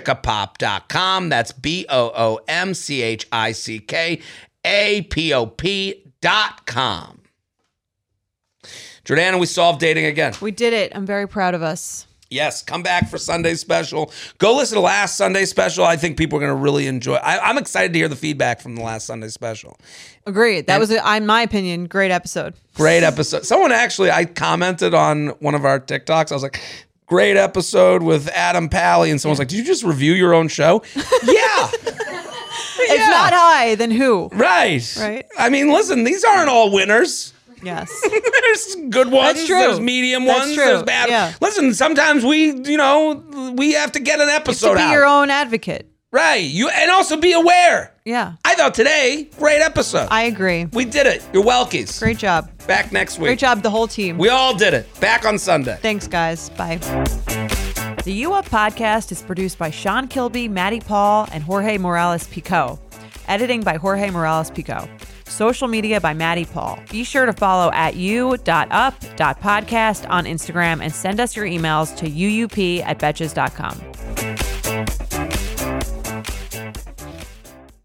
Speaker 2: www.boomchickapop.com. That's B O O M C H I C K A P O P dot com. Jordana, we solved dating again.
Speaker 1: We did it. I'm very proud of us.
Speaker 2: Yes, come back for Sunday special. Go listen to last Sunday special. I think people are going to really enjoy. I, I'm excited to hear the feedback from the last Sunday special.
Speaker 1: Agreed. That was, a, in my opinion, great episode.
Speaker 2: Great episode. Someone actually, I commented on one of our TikToks. I was like, great episode with Adam Pally. And someone's like, did you just review your own show? yeah.
Speaker 1: If not I, then who?
Speaker 2: Right.
Speaker 1: Right.
Speaker 2: I mean, listen, these aren't all winners.
Speaker 1: Yes.
Speaker 2: There's good ones.
Speaker 1: That's true.
Speaker 2: There's medium
Speaker 1: That's
Speaker 2: ones.
Speaker 1: true.
Speaker 2: There's bad.
Speaker 1: Yeah.
Speaker 2: Listen, sometimes we, you know, we have to get an episode
Speaker 1: to be
Speaker 2: out.
Speaker 1: your own advocate.
Speaker 2: right. You and also be aware.
Speaker 1: Yeah.
Speaker 2: I thought today, great episode.
Speaker 1: I agree.
Speaker 2: we did it. You're welkies.
Speaker 1: Great job.
Speaker 2: Back next week.
Speaker 1: Great job, the whole team.
Speaker 2: We all did it. Back on Sunday.
Speaker 1: Thanks, guys. Bye. The U Up podcast is produced by Sean Kilby, Maddie Paul, and Jorge Morales Pico. Editing by Jorge Morales Pico. Social media by Maddie Paul. Be sure to follow at u.up.podcast on Instagram and send us your emails to uup at betches.com.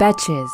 Speaker 5: Betches.